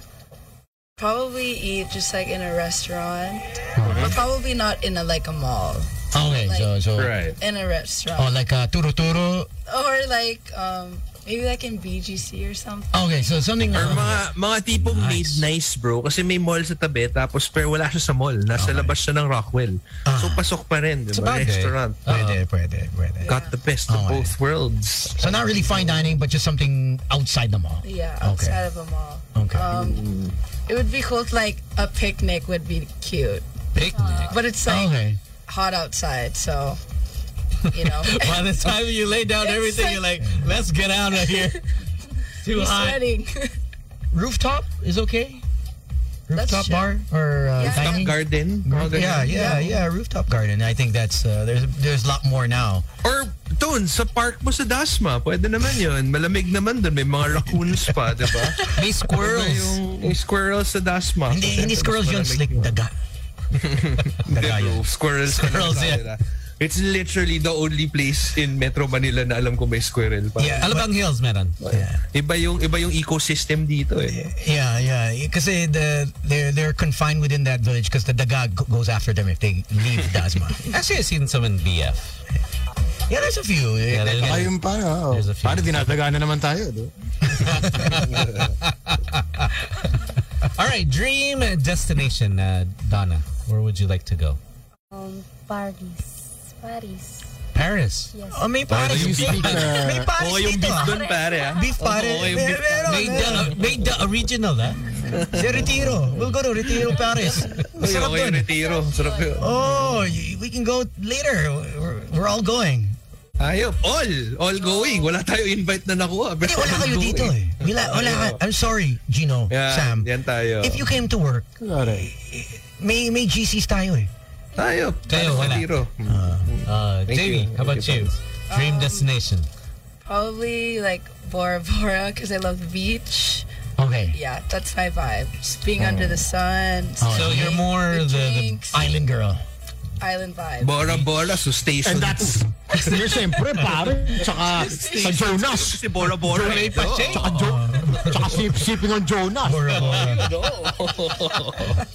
S7: Probably eat just like in a restaurant,
S3: Oh,
S7: but probably not in a like a mall.
S3: Okay, so so
S4: Right.
S7: In a restaurant,
S3: oh, like uh, turo turo.
S7: or like um maybe like in BGC or something.
S3: Okay, so something.
S4: Or mga, mga tipong
S3: Nice.
S4: made nice bro kasi may mall sa tabi tapos pero wala siya sa mall. Nasa labas siya ng Rockwell.
S3: Ah.
S4: So pasok pa rin. Diba?
S2: bagay.
S4: Restaurant.
S3: Pwede, pwede, pwede.
S4: Got the best of
S3: Ah. Okay.
S4: both worlds.
S3: So not really fine dining, but just something outside the mall.
S7: Yeah,
S3: Okay.
S7: outside of a mall.
S3: Okay.
S7: Um, it would be cool. to, Like a picnic would be cute,
S2: picnic.
S7: but it's like
S3: Okay.
S7: hot outside, so you know.
S2: By the time you lay down
S7: It's
S2: everything,
S7: like-
S2: you're like, let's get out of here. Too
S7: Be
S2: hot.
S7: sweating.
S3: Rooftop is okay. Rooftop
S7: That's
S3: bar or uh,
S7: Yeah.
S3: dining.
S4: Garden. mga ganun.
S3: Yeah, yeah, yeah. Rooftop garden. I think that's uh, there's there's a lot more now.
S4: Or doon, sa park mo sa Dasma, pwede naman yun. Malamig naman doon. May mga raccoons pa, di ba? Ano
S3: May squirrels.
S4: Yung, yung squirrels sa Dasma.
S3: Hindi, hindi squirrels yun. It's like daga.
S4: Hindi,
S3: Daga yun.
S4: bro. Squirrels.
S2: Squirrels,
S4: Squirrels,
S2: yeah.
S4: yeah. It's literally the only place in Metro Manila na alam ko may squirrel pa.
S3: Yeah.
S2: Alabang Hills, meron.
S4: Iba yung iba yung ecosystem dito eh.
S3: Yeah, yeah. Because the they're they're confined within that village because the daga g- goes after them if they leave Dasma.
S2: Actually, I've seen some in BF.
S3: yeah, there's a few.
S2: Yeah, there's-
S9: Ay, yung pa. Oh.
S2: There's a few.
S9: Pare, dinadagaan na naman tayo. di ba?
S2: All right, dream destination, uh, Donna. Where would you like to go?
S10: Um, Paris. Paris.
S2: Paris.
S10: Yes.
S3: Oh, may Paris
S9: You
S3: dito.
S9: speak, uh,
S3: May Paris
S4: Oo, yung
S3: dito.
S4: beef doon pare ah.
S3: Beef Paris.
S4: Oo, yung beef.
S3: Meron, eh?
S2: Made
S3: meron.
S2: the, made the original, ah.
S3: Si Retiro. We'll go to Retiro, Paris. Masarap
S4: Oo,
S3: dun.
S4: yung retiro. Sarap yun.
S3: Oh, y- we can go later. We're, we're all going.
S4: Ayop. All. All going. Wala tayo invite na nakuha.
S3: Hindi, wala kayo dito eh. Wala, wala ka. I'm sorry, Gino,
S4: Yeah,
S3: Sam.
S4: Yan tayo.
S3: If you came to work,
S9: Alright.
S3: may may GCs tayo eh.
S4: Tayo.
S2: Kayo, wala.
S4: Retiro.
S2: Uh,
S4: Thank
S2: Jamie,
S4: you.
S2: how about you?
S4: Thank you,
S2: Dream destination.
S7: Probably like Bora Bora because I love the beach.
S2: Okay.
S7: Yeah, that's my vibe. Just being under the sun.
S3: Oh. So
S7: swimming,
S3: you're more
S7: good
S3: the- the
S7: drinks,
S2: Island girl.
S7: island vibe.
S4: Bora Bora so station.
S9: And that's You're siyempre, pare. Tsaka sa Jonas.
S4: si Bora Bora.
S9: Tsaka, jo-
S3: Oh.
S9: tsaka sip-sipping on Jonas.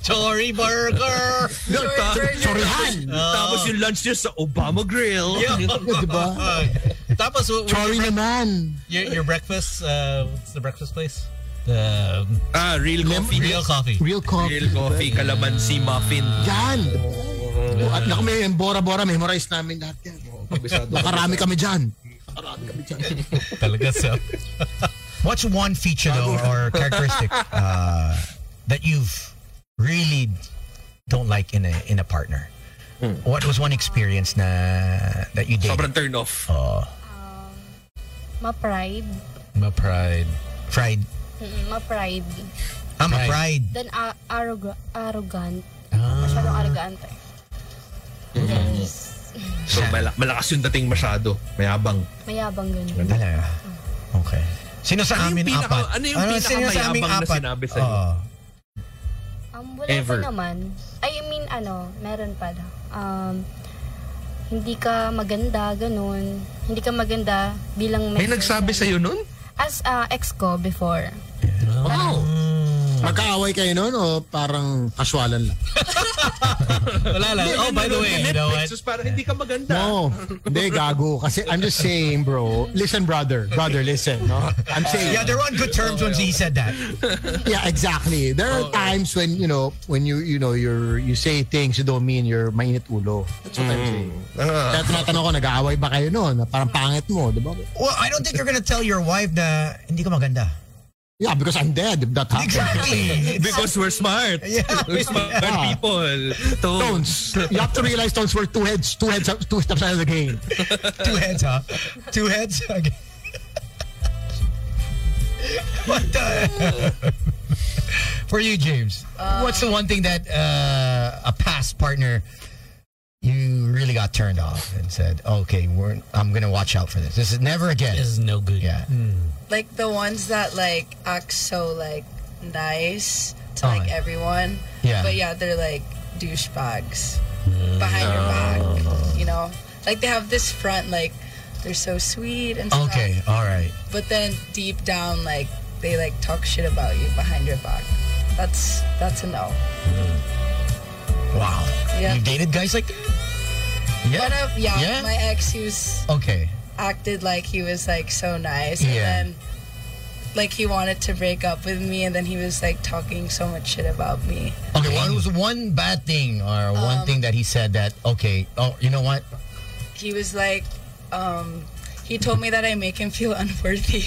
S3: Tory Burger!
S7: Short burger.
S9: Chorihan.
S4: Tapos yung lunch niya sa Obama Grill.
S3: Oh.
S9: Diba?
S3: Tapos, what- what-
S9: Sorry naman.
S3: your, your breakfast, uh, what's the breakfast place? The um,
S4: Ah, real coffee.
S3: Real Coffee.
S9: Real coffee.
S4: Real coffee, calamansi, muffin.
S9: Yan. Oh, At naku, may yung Bora-Bora, memorize namin lahat yan. Nakarami kami dyan. Nakarami kami dyan.
S3: Talaga so.
S2: What's one feature though or characteristic uh, that you've really don't like in a in a partner?
S4: Hmm.
S2: What was one experience na that you did? Oh.
S4: Sobrang turn off.
S10: Um, Ma-pride.
S3: Ma-pride.
S2: Pride.
S10: Mm-mm, ma-pride.
S2: I'm a pride.
S10: Then a- arrog- arrogant.
S2: Ah.
S10: Masyadong
S4: Ah.
S10: arrogant eh. Yes.
S4: So mala- malakas yung dating masyado. Mayabang.
S10: Mayabang ganun.
S2: Talaga. Okay. Sino sa amin
S4: pinaka-
S2: apat? Ah,
S4: ano yung
S2: sino sa aming
S4: pinakamayabang na
S2: apat?
S4: sinabi sa'yo?
S2: Oo.
S10: Um, wala
S4: Ever.
S10: pa naman. I mean, ano, meron pala. Um, hindi ka maganda, ganun. Hindi ka maganda bilang
S4: May
S10: member
S4: nagsabi
S10: ng-
S4: sa'yo nun?
S10: As ah, ex ko before.
S9: Wow. Magkaaway kayo noon o parang kaswalan lang?
S3: Wala lang. Oh, by the way, you know what?
S4: Sus, parang hindi ka maganda.
S9: No. Oh, Hindi, gago. Kasi I'm just saying, bro. Listen, brother. Brother, listen. No? I'm saying,
S2: Yeah, they're on good terms
S4: Oh,
S2: when he said that.
S9: Yeah, exactly. There are times when you know when you you know you're you say things you don't mean. You're mainit ulo. That's what I'm saying.
S4: Ah.
S9: Kaya tinatanong ko, nag-aaway ba kayo noon? Na Parang pangit mo, di ba?
S2: Well, I don't think you're gonna tell your wife na hindi ka maganda.
S9: Yeah, because I'm dead. if That happened.
S2: Exactly.
S4: Because we're smart. We're smart
S9: Yeah.
S4: people.
S9: Tones. You have to realize tones were two heads, two heads, up- two steps ahead of the game.
S2: Two heads, huh? Two heads. Okay. what the? For you, James, what's the one thing that uh, a past partner you really got turned off and said, "Okay, we're, I'm gonna watch out for this. This is never again."
S3: This is no good. Mm.
S2: yeah.
S7: Like the ones that like act so like nice to
S2: Oh,
S7: like
S2: yeah.
S7: everyone.
S2: Yeah.
S7: But yeah, they're like douchebags
S3: Mm.
S7: behind your
S3: Oh.
S7: back. You know? Like they have this front like they're so sweet and stuff.
S2: Okay. All right.
S7: But then deep down like they like talk shit about you behind your back. That's that's a no.
S2: Wow.
S7: Yeah.
S2: You dated guys like that?
S7: One
S2: Yeah.
S7: of yeah,
S2: Mm-hmm. Yeah?
S7: my ex he was
S2: Okay.
S7: acted like he was like so nice
S2: Yeah.
S7: and then like he wanted to break up with me and then he was like talking so much shit about me
S2: Okay. What was one bad thing or one
S7: Um,
S2: thing that he said that? Okay. Oh, you know what?
S7: he was like um he told me that i make him feel unworthy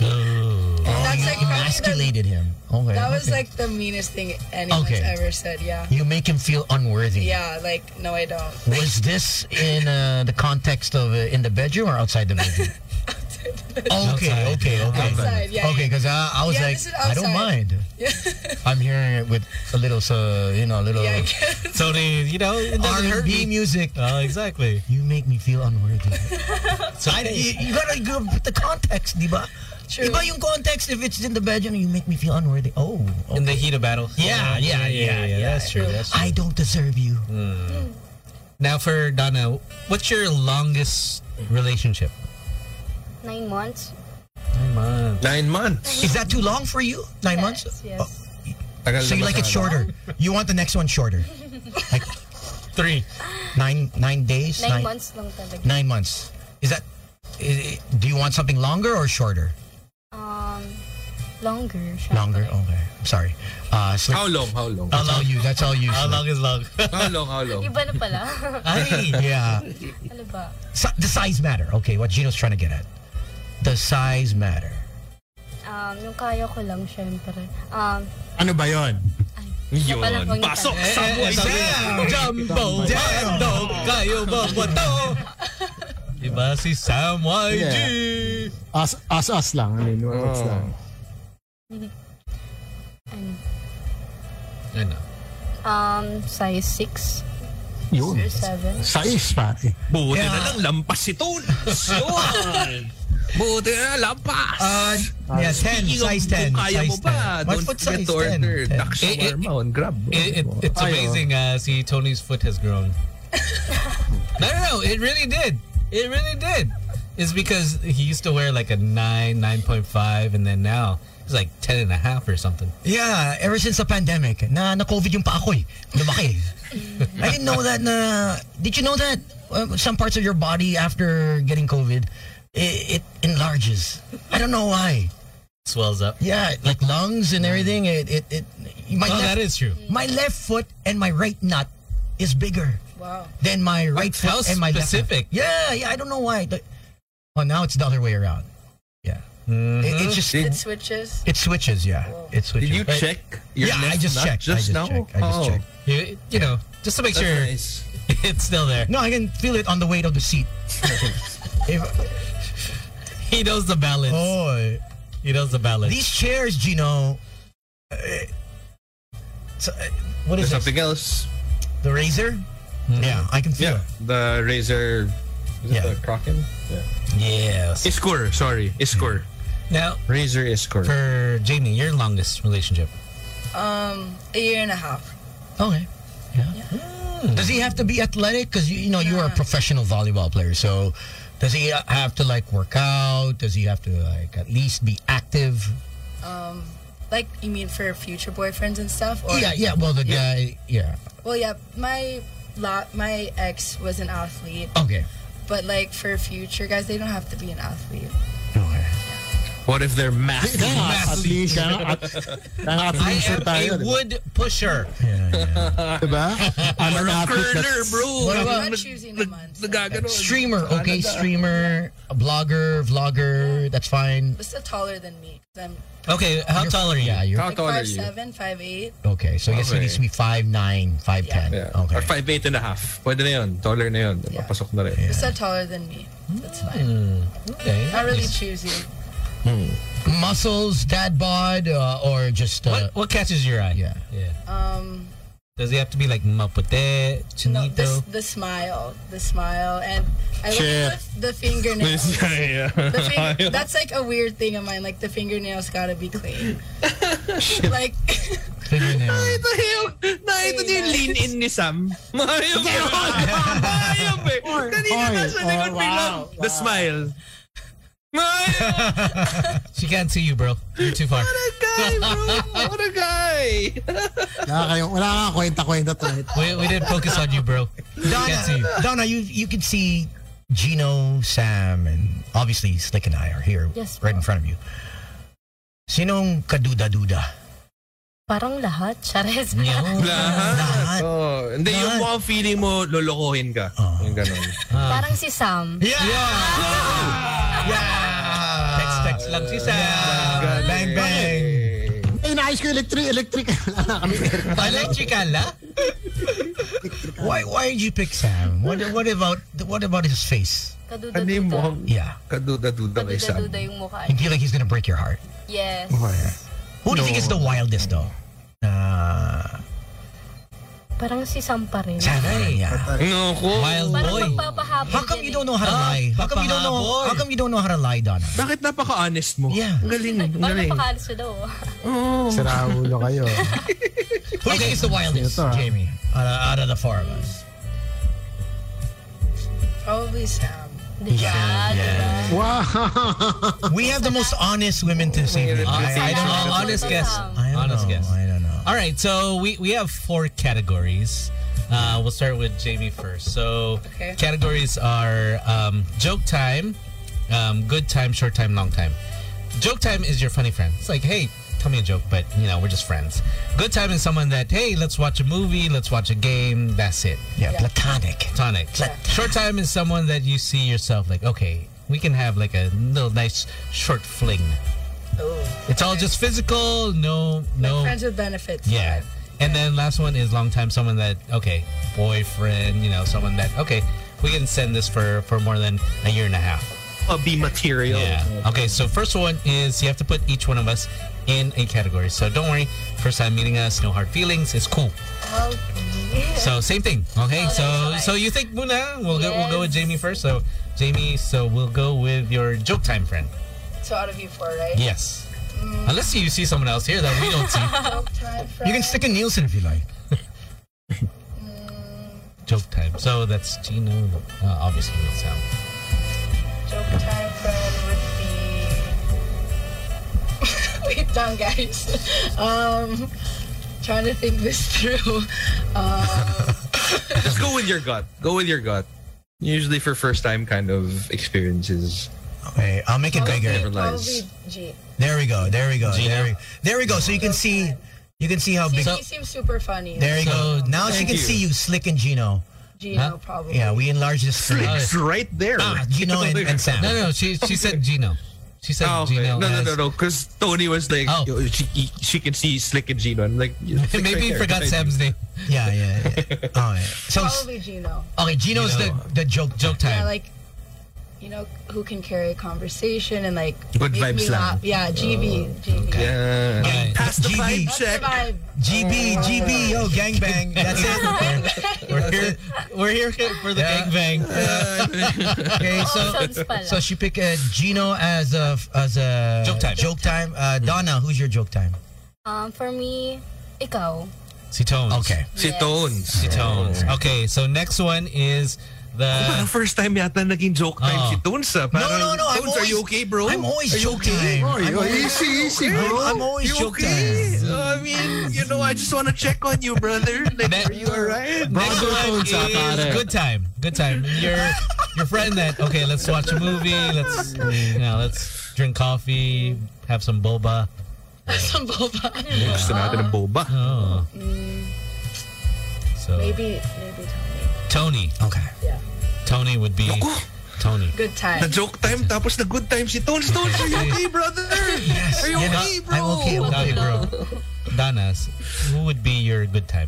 S7: that's like probably the,
S2: Emasculated him. Okay.
S7: that was
S2: Oh, okay.
S7: like the meanest thing anyone's
S2: Okay.
S7: ever said yeah
S2: you make him feel unworthy.
S7: yeah like no i don't
S2: Was this in uh, the context of uh, in the bedroom or outside the bedroom? okay, okay, okay.
S7: Outside, yeah,
S2: okay,
S7: yeah.
S2: because I, I was
S7: Yeah,
S2: like,
S7: this is
S2: I don't
S7: outside.
S2: mind.
S7: yeah
S2: I'm hearing it with a little, so you know, a little
S7: yeah I guess.
S3: So, they, you know, it doesn't hurt
S2: R&B
S3: me.
S2: music.
S3: Oh, exactly.
S2: You make me feel unworthy. so I, you, you gotta go with the context, di ba?
S7: True.
S2: Iba yung context if it's in the bedroom, you make me feel unworthy. Oh,
S3: In
S2: okay.
S3: the heat of battle.
S2: Yeah, yeah, yeah, yeah,
S3: That's true. That's true.
S2: I don't deserve you.
S3: Now for Donna, what's your longest relationship?
S10: Nine months.
S4: Nine months.
S2: Is that too long for you? Nine months?
S10: Yes, yes.
S3: Oh,
S4: Tagal
S2: So you
S4: na
S2: like it
S4: masyado.
S2: shorter? You want the next one shorter? Like
S3: Three.
S2: nine nine days?
S10: Nine months lang talaga.
S2: Nine months. Is that? i- i- do you want something longer or shorter?
S10: Um, longer. siya
S2: Longer.
S10: talaga.
S2: Okay. I'm sorry. Uh, so
S4: How long? How long?
S2: I'll allow you. That's all you.
S3: How long is long?
S4: How long? How long?
S10: Iba na pala.
S3: Ay.
S2: Yeah.
S10: ano ba?
S2: So, the size matter. Okay. What Gino's trying to get at. The size matter.
S10: Um, yung kaya ko lang, syempre. Um,
S9: Ano ba yon?
S10: yun. Pala pang
S4: Pasok
S10: itanong.
S3: Eh,
S4: sa buhay sa
S3: Jumbo, Jumbo, kayo ba ba to? Diba si Sam YG?
S9: As, as, as lang. I mean,
S2: Oh.
S9: words lang.
S10: Ano?
S3: Ano?
S10: Um, size 6
S9: Yun.
S10: or 7.
S9: Size, pare.
S4: Buti na lang lampas si Tones. Yun. Buti na lampas.
S3: Uh, yeah, 10,
S4: Speaking of
S3: size 10.
S4: kung kaya mo
S3: size
S4: pa,
S3: 10.
S4: don't
S3: foot
S4: forget
S3: size?
S4: to
S3: 10,
S4: order
S3: 10.
S4: duck shawarma on Grab.
S2: It, it, it's
S9: Ayaw.
S2: amazing. Uh, see, Tony's foot has grown. no, no, no. It really did. It really did. It's because he used to wear like a 9, 9.5, and then now it's like 10 and a half or something.
S3: Yeah, ever since the pandemic, na na-COVID yung pa ako eh. Lumaki. I didn't know that na... Did you know that uh, some parts of your body after getting COVID, it, it enlarges? I don't know why.
S2: swells up.
S3: Yeah, like lungs and everything. It, it, it my,
S2: Oh,
S3: left,
S2: that is true.
S3: my left foot and my right nut is bigger
S7: Wow.
S3: than my right foot
S2: How
S3: and my left nut.
S2: specific.
S3: Yeah, yeah, I don't know why. The- Oh, now it's the other way around. Yeah. It,
S2: Mm-hmm.
S3: it just...
S7: It
S3: It,
S7: switches.
S3: it switches, yeah. It switches.
S8: Did you
S3: But-
S8: check your
S3: yeah,
S8: left
S3: I just
S8: nut
S3: checked.
S8: Just
S3: I
S8: now?
S3: just checked. I just
S8: oh,
S3: checked.
S2: You, you know, just to make
S8: that's
S2: sure
S8: nice.
S2: it's still there.
S3: No, I can feel it on the weight of the seat. If-
S2: He knows the balance.
S3: oh,
S2: He knows the balance.
S3: these chairs, Gino. uh, so, uh, what
S8: There's
S3: is it?
S8: something else.
S3: The razor?
S2: Hmm.
S3: Yeah, I can feel
S8: Yeah, the razor. Is
S3: Yeah.
S8: it the Kraken? Yeah.
S3: it. Yes.
S8: Iskor, sorry, Iskor.
S2: now,
S8: Razor Iskor.
S2: for Jamie, your longest relationship.
S7: Um, a year and a half.
S3: Okay. Yeah. Does he have to be athletic? Because you, you know you are a professional volleyball player, so does he uh, have to like work out? Does he have to like at least be active?
S7: Like you mean for future boyfriends and stuff? Or
S3: yeah, yeah. Well, the guy, yeah.
S7: Well, yeah. My lot, my ex was an athlete,
S3: Okay.
S7: but like for future guys, they don't have to be an athlete.
S3: Okay.
S8: What if they're massive?
S9: Kaya nga, athlete, kaya nga, at, kaya nga
S2: I
S9: athlete
S2: am
S9: tayo,
S2: a
S9: diba?
S2: wood pusher.
S3: Yeah, yeah.
S9: Diba? I'm an athlete
S4: Curler,
S9: that's-
S4: bro.
S3: What
S7: I'm
S3: about-
S7: not choosing the month.
S4: Nagaganon.
S3: Streamer, okay, streamer, a blogger, vlogger. That's fine.
S7: But still taller than me. 'cause I'm
S2: Okay, how tall are you?
S3: Yeah, you're
S8: How
S7: like
S8: tall are
S7: five
S8: you?
S7: seven, five eight.
S3: okay. So I guess he needs to be five nine, five ten.
S8: Yeah. Or
S3: Okay.
S8: 5'8 and a half. Pwede na yun. Taller na yun.
S7: Yeah.
S8: Papasok na rin.
S7: But still taller than me. That's fine.
S2: Okay.
S7: Not really choosing.
S3: Muscles, dad bod, uh, or just uh,
S2: What, what catches your eye?
S3: Yeah.
S2: Yeah.
S7: Um,
S2: Does he have to be like mapute,
S7: no,
S2: chinito?
S7: the, s- the smile, the smile, and I
S9: Shit.
S7: like the, the fingernails.
S8: yeah.
S7: The finger, that's like a weird thing of mine. Like the fingernails gotta be clean. like
S3: fingernail?
S8: Ito yung, nakita niyo yung lean-in ni Sam. Mayab yun. Mayab eh. Kanina
S9: Oy,
S8: nasa likod
S9: oh,
S8: biglang,
S9: wow,
S8: the smile. Mayab!
S2: She can't see you, bro. You're too far.
S8: What a guy, bro! What a guy!
S9: Wala kayong, wala kang kwenta-kwenta tonight.
S2: We, we didn't focus on you, bro. We can't see you.
S3: Donna, you you can see Gino, Sam, and obviously Slick and I are here,
S10: Yes,
S3: right
S10: po.
S3: in front of you. Sinong kaduda-duda?
S10: Parang lahat. Chares.
S8: Lahat.
S3: Lahat.
S8: Oh, hindi, yung
S3: Lahat.
S8: mukhang feeling mo, lolokohin ka.
S3: Oh.
S8: Yung ganun.
S10: Parang si Sam.
S3: Yeah. Yeah.
S2: Text, text lang si Sam.
S3: Bang bang.
S9: Ay, naayos ko yung electric, electric.
S2: Electricala?
S3: Why why did you pick Sam? What what about what about his face?
S10: Kaduda-duda.
S8: Ano yung mukhang
S3: Yeah.
S8: kaduda-duda kay Sam?
S10: Kaduda-duda yung mukha. eh.
S3: You feel like he's gonna break your heart.
S10: Yes.
S3: Who do you think is the wildest though? Uh,
S10: Parang si Sam pa rin.
S3: Sam. Yeah.
S8: No, ko.
S2: Wild
S10: Parang
S2: boy.
S10: magpapahabol
S3: How come
S10: yan
S3: you
S10: eh.
S3: don't know how to lie? How come you don't know?
S2: papahabol.
S3: How come you don't know how to lie, Donna?
S8: Bakit napaka-honest mo?
S3: Yeah.
S8: Ang galing, ang
S10: Parang
S8: galing.
S10: napakaalis na daw.
S9: Sira ulo kayo.
S3: Who do you think is the wildest,
S9: Ito, ah.
S3: Jamie? Out of, out of the four of us.
S7: probably Sam.
S10: Diba? Diba?
S9: Wow.
S3: We have the most honest women to see. I, I don't know.
S2: Honest guess.
S3: I don't
S2: Honest
S3: know.
S2: guess.
S3: I don't know.
S2: All right, so we, we have four categories. Uh, we'll start with Jamie first. So
S7: Okay.
S2: categories are um, joke time, um, good time, short time, long time. Joke time is your funny friend. It's like, hey, tell me a joke, but you know we're just friends. Good time is someone that, hey, let's watch a movie, let's watch a game. That's it.
S3: Yeah, platonic.
S2: Tonic. Short time is someone that you see yourself like, okay, we can have like a little nice short fling.
S7: Oh,
S2: It's all just physical. No, no.
S7: friends with benefits.
S2: Yeah. And then last one is long time someone that okay, boyfriend, you know, someone that okay, we can send this for for more than a year and a half.
S8: Oh, be material.
S2: Yeah. Okay, so first one is you have to put each one of us in a category. So don't worry, first time meeting us, no hard feelings, it's cool.
S7: Oh, yeah.
S2: So same thing. Okay.
S7: Oh,
S2: so
S7: that's nice.
S2: so you think muna, we'll go we'll go with
S10: Yes.
S2: Jamie first. So Jamie, so we'll go with your joke time friend.
S7: So out of you four, right?
S2: Yes. Unless you see someone else here that we don't see.
S7: Joke time, friend.
S3: You can stick in Nielsen if you like.
S2: joke time. So that's Gino. Uh, obviously, will sound.
S7: Joke time friend would be. Wait down, guys. Um, trying to think this through. Um,
S4: Just go with your gut. Go with your gut. Usually for first time kind of experiences.
S3: Okay, I'll make it bigger.
S4: Never lies.
S7: probably G.
S3: There we go. There we go. There we, there we go. So you can see, you can see how
S7: See,
S3: big.
S7: he seems super funny.
S3: There you go.
S2: So,
S3: Now she
S4: thank
S3: can
S4: you.
S3: see you, Slick and Gino.
S7: Gino,
S2: Huh? Oh,
S7: probably.
S3: Yeah, we enlarged the screen.
S4: It's right there.
S3: Ah, Gino and, and Sam.
S2: No, no, she she said Gino. She said
S4: Oh, okay.
S2: Gino.
S4: No, no,
S2: as-
S4: no, no. Because Tony was like,
S2: Oh.
S4: "Yo, she, he- she can see Slick and Gino. I'm like, yeah, Slick's
S2: Maybe
S4: right
S2: you
S4: there.
S2: forgot
S4: Thank
S2: Sam's name.
S3: Yeah, yeah. yeah. All right. So s-
S7: Probably Gino.
S3: okay, Gino's
S2: Gino.
S3: the the joke joke time.
S7: Yeah, like, you know, who can carry a conversation and like
S4: Good
S7: make me
S4: vibes lang.
S7: laugh. Yeah, GB. GB.
S4: you. Yeah.
S2: Okay.
S4: Pass the vibe
S3: GB.
S4: check.
S7: Vibe.
S3: GB, GB, yo, gangbang. That's it. We're here.
S2: We're here for the
S3: Yeah.
S2: gangbang.
S3: Okay,
S10: Oh,
S3: so
S10: sounds pala.
S3: so she picked uh, Gino as a as a
S2: Joke time.
S3: Joke time. Uh, Donna, who's your joke time?
S10: Um, for me, ikaw.
S2: Si Tones.
S3: Okay.
S4: Si
S10: Yes.
S4: Tones.
S2: Si Tones. Okay, so next one is the.
S4: Parang first time yata naging joke time
S2: Oh.
S4: si Tones. ah.
S3: No,
S4: Parang,
S3: no, no. I'm
S4: Tones, are you
S3: always-
S4: okay, bro?
S3: I'm always
S4: Are you
S3: joke time.
S9: Oh,
S3: I'm always-
S9: easy, easy, bro.
S3: I'm always
S4: You
S3: joke
S4: okay? Oh,
S3: time.
S4: I mean, you know, I just want to check on you, brother. Like,
S2: Ne-
S4: are you alright?
S2: Next one
S9: Tones, ah,
S2: is
S9: pare.
S2: good time. Good time. Your your friend that okay, let's watch a movie. Let's you know, let's drink coffee, have some boba.
S7: Some boba.
S4: Gusto natin ng boba.
S2: Oh. So
S7: Maybe, maybe
S2: Tony.
S7: Tony.
S3: Okay.
S2: Tony would be
S4: Naku,
S2: Tony.
S7: Good
S4: na
S7: time.
S4: joke time tapos na good time si Tones. Tones, are you okay, brother? Are you
S3: Yeah,
S4: okay, bro?
S3: I'm okay. I'm okay, bro.
S2: Danas, who would be your good time?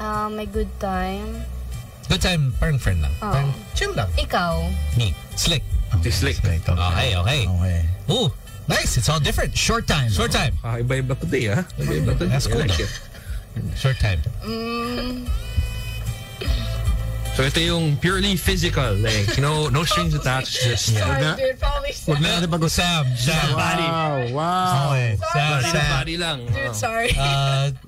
S10: Um, my good time.
S2: Good time, parang friend lang.
S10: Oh.
S2: Parang chill lang.
S10: Ikaw.
S2: Me. Slick. Oh,
S4: Si Slick.
S3: Okay, okay.
S2: Okay, okay.
S3: Okay.
S2: Ooh, nice. It's all different.
S3: Short time.
S2: Short time.
S4: Ah, iba-iba today, ha? Iba-iba today.
S2: That's cool.
S4: I like it.
S2: Short time.
S4: So ito yung purely physical, like, you know, no strings attached, just
S7: Sorry,
S9: Wag na-
S7: dude. Probably
S9: Wag
S7: Sam.
S9: na natin pag-usapan.
S2: Sam. Sam.
S4: body.
S9: Wow, wow.
S3: Okay.
S2: Sam.
S4: Body na
S2: Sam.
S4: body lang.
S7: Dude, sorry.
S2: Uh,
S9: It's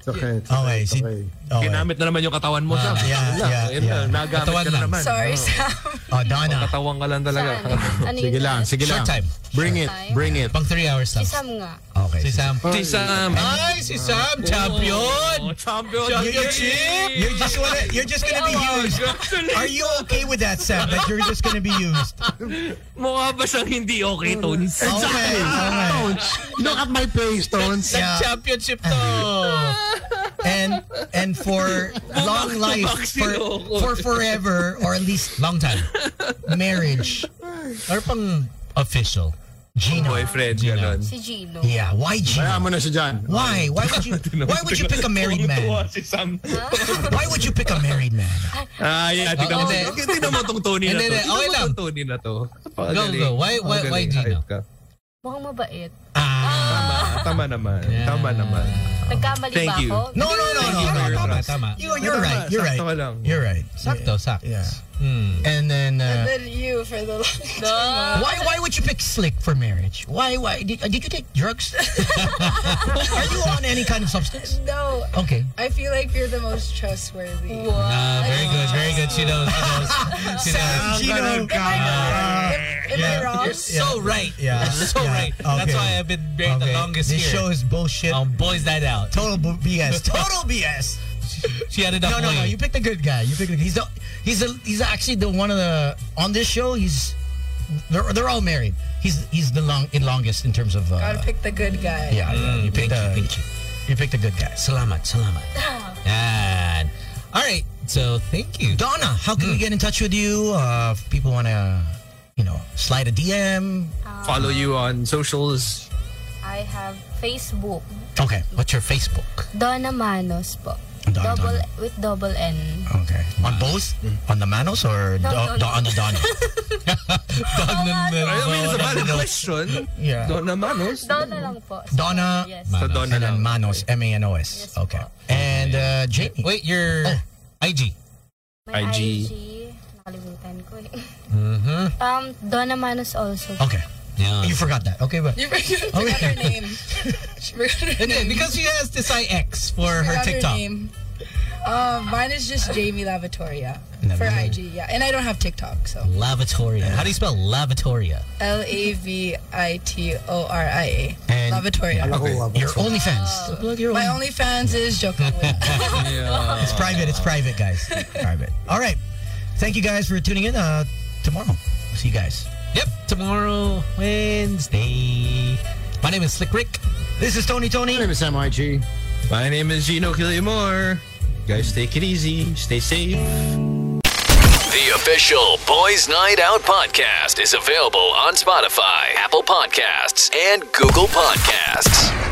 S9: okay. It's
S3: Okay,
S9: okay. It's
S3: si-
S9: okay.
S3: Okay.
S4: Oh. Ginamit na naman yung katawan mo, Sam.
S3: Ah, yeah,
S4: Yun lang,
S3: yeah,
S4: yun lang.
S3: yeah.
S4: Nagamit
S2: Katawan
S4: ka na
S2: lang.
S4: naman.
S7: sorry, Sam.
S3: Oh, Donna.
S4: Katawang ka lang talaga.
S10: Saan? Ano yun?
S9: Sige lang, sige
S2: short
S9: lang.
S2: time.
S9: Bring it, bring it.
S2: Pang three hours lang.
S10: Si Sam nga.
S3: Okay.
S2: Si
S3: so-
S2: Sam.
S4: Si Sam.
S2: Ay, si Sam.
S4: Oh,
S2: Champion.
S4: champion.
S2: Championship.
S3: You're just gonna, you're just gonna be used. Are you okay with that, Sam? That you're just gonna be used?
S4: Mukha ba siyang hindi okay, Tones?
S3: Okay. okay.
S9: Tones, look at my face, Tones.
S3: Yeah.
S2: Championship to.
S3: And and for long life, for, for forever, or at least
S2: Long time.
S3: marriage.
S2: Or pang official.
S3: Gino.
S4: Boyfriend,
S2: Gino.
S4: gano'n.
S10: Si Gino.
S3: Yeah. Why
S9: Kaya
S3: Gino?
S9: mo na siya dyan.
S3: Why? Why would you? Why would you pick a married man?
S4: si Sam.
S3: Why would you pick a married man?
S4: Ah, yeah. Tignan
S2: Oh,
S4: mo.
S2: hindi.
S4: Okay, Tignan mo tong Tony na to.
S2: Hindi, hindi.
S4: Tignan
S2: Okay
S4: mo
S2: lang.
S4: tong Tony na to.
S2: Go,
S4: Napakagaling.
S2: go. Why- why- why
S4: Napakagaling.
S2: Gino?
S4: Ayos ka.
S10: Mukhang mabait.
S3: Ah.
S4: Tama. Tama naman. Tama naman.
S10: Nagkamali
S4: Thank
S10: ba
S4: you.
S10: ako?
S3: No, no, no, no.
S4: Thank you for
S3: no,
S4: your
S3: no.
S4: trust.
S2: Tama.
S3: You, you're
S4: Tama,
S3: right. You're
S4: sakto ka
S3: right.
S4: lang.
S3: You're right.
S2: Sakto, sakto.
S3: Yeah.
S2: Hmm.
S3: And then. Uh,
S7: And then you for the long time.
S3: Why why would you pick slick for marriage? Why why did, uh, did you take drugs? Are you on any kind of substance?
S7: No,
S3: Okay.
S7: I feel like you're the most trustworthy.
S2: Ah, very good, very good. She knows. She knows. She knows.
S3: Gino.
S7: Am I wrong?
S2: You're so right.
S3: Yeah.
S2: You're so
S3: Yeah.
S2: right.
S3: Okay.
S2: That's why I've been married the longest
S3: this
S2: here.
S3: show is bullshit.
S2: um, boys that out.
S3: Total bu- BS. Total BS.
S2: She added up.
S3: No, no, no.
S2: way.
S3: You picked a good guy. You picked. A, he's the, he's a, he's actually the one of the on this show. He's they're, they're all married. He's he's the long in longest in terms of. Uh,
S7: Gotta pick the good guy.
S3: yeah, yeah, you
S2: thank
S3: picked a,
S2: you, thank you.
S3: you picked a good guy.
S2: Salamat, salamat. Yan. All right. So thank you.
S3: Donna, how can we get in touch with you? Uh, if people want to, you know, slide a DM.
S4: Follow you on socials.
S10: I have Facebook.
S3: Okay, what's your Facebook?
S10: Donna Manos po.
S3: Donna,
S10: double,
S3: Donna.
S10: With double N.
S3: Okay,
S2: Uh,
S3: on both, on the Manos or do,
S10: no,
S3: do-
S10: no.
S3: on the Donna?
S4: I mean, it's a valid question. Oh,
S3: Yeah.
S4: Don Amanos.
S10: Donna lang po.
S3: Donna-
S10: Yes.
S4: Sa Don
S3: and then
S4: na lang.
S3: Manos, M A N O S.
S10: Yes,
S3: Okay, and uh, Jamie.
S2: Wait, your IG.
S10: May
S4: IG.
S10: IG. Nakalimutan ko eh. yun.
S3: Mm-hmm.
S10: Um, Donna Manos also.
S13: Okay.
S2: Yeah.
S13: You forgot that. Okay, but
S7: You forgot her name. She forgot her
S2: Oh, And then,
S7: name.
S2: because she has this IX for her
S7: Forgot
S2: TikTok.
S7: name. Um, mine is just Jamie Lavatoria for IG, yeah. And I don't have TikTok, so
S2: Lavatoria. How do you spell lavatoria?
S7: L A V I T O R I A. Lavatoria.
S13: your
S2: Uh,
S13: OnlyFans.
S7: My OnlyFans is Joko.
S13: It's private. It's private, guys. private. All right. Thank you guys for tuning in. Uh, tomorrow, we'll see you guys.
S2: Yep, tomorrow, Wednesday. My name is Slick Rick.
S13: This is Tony Tony.
S9: My name is MIG.
S4: My name is Gino Killiamore. Guys, take it easy. Stay safe.
S1: The official Boys Night Out podcast is available on Spotify, Apple Podcasts, and Google Podcasts.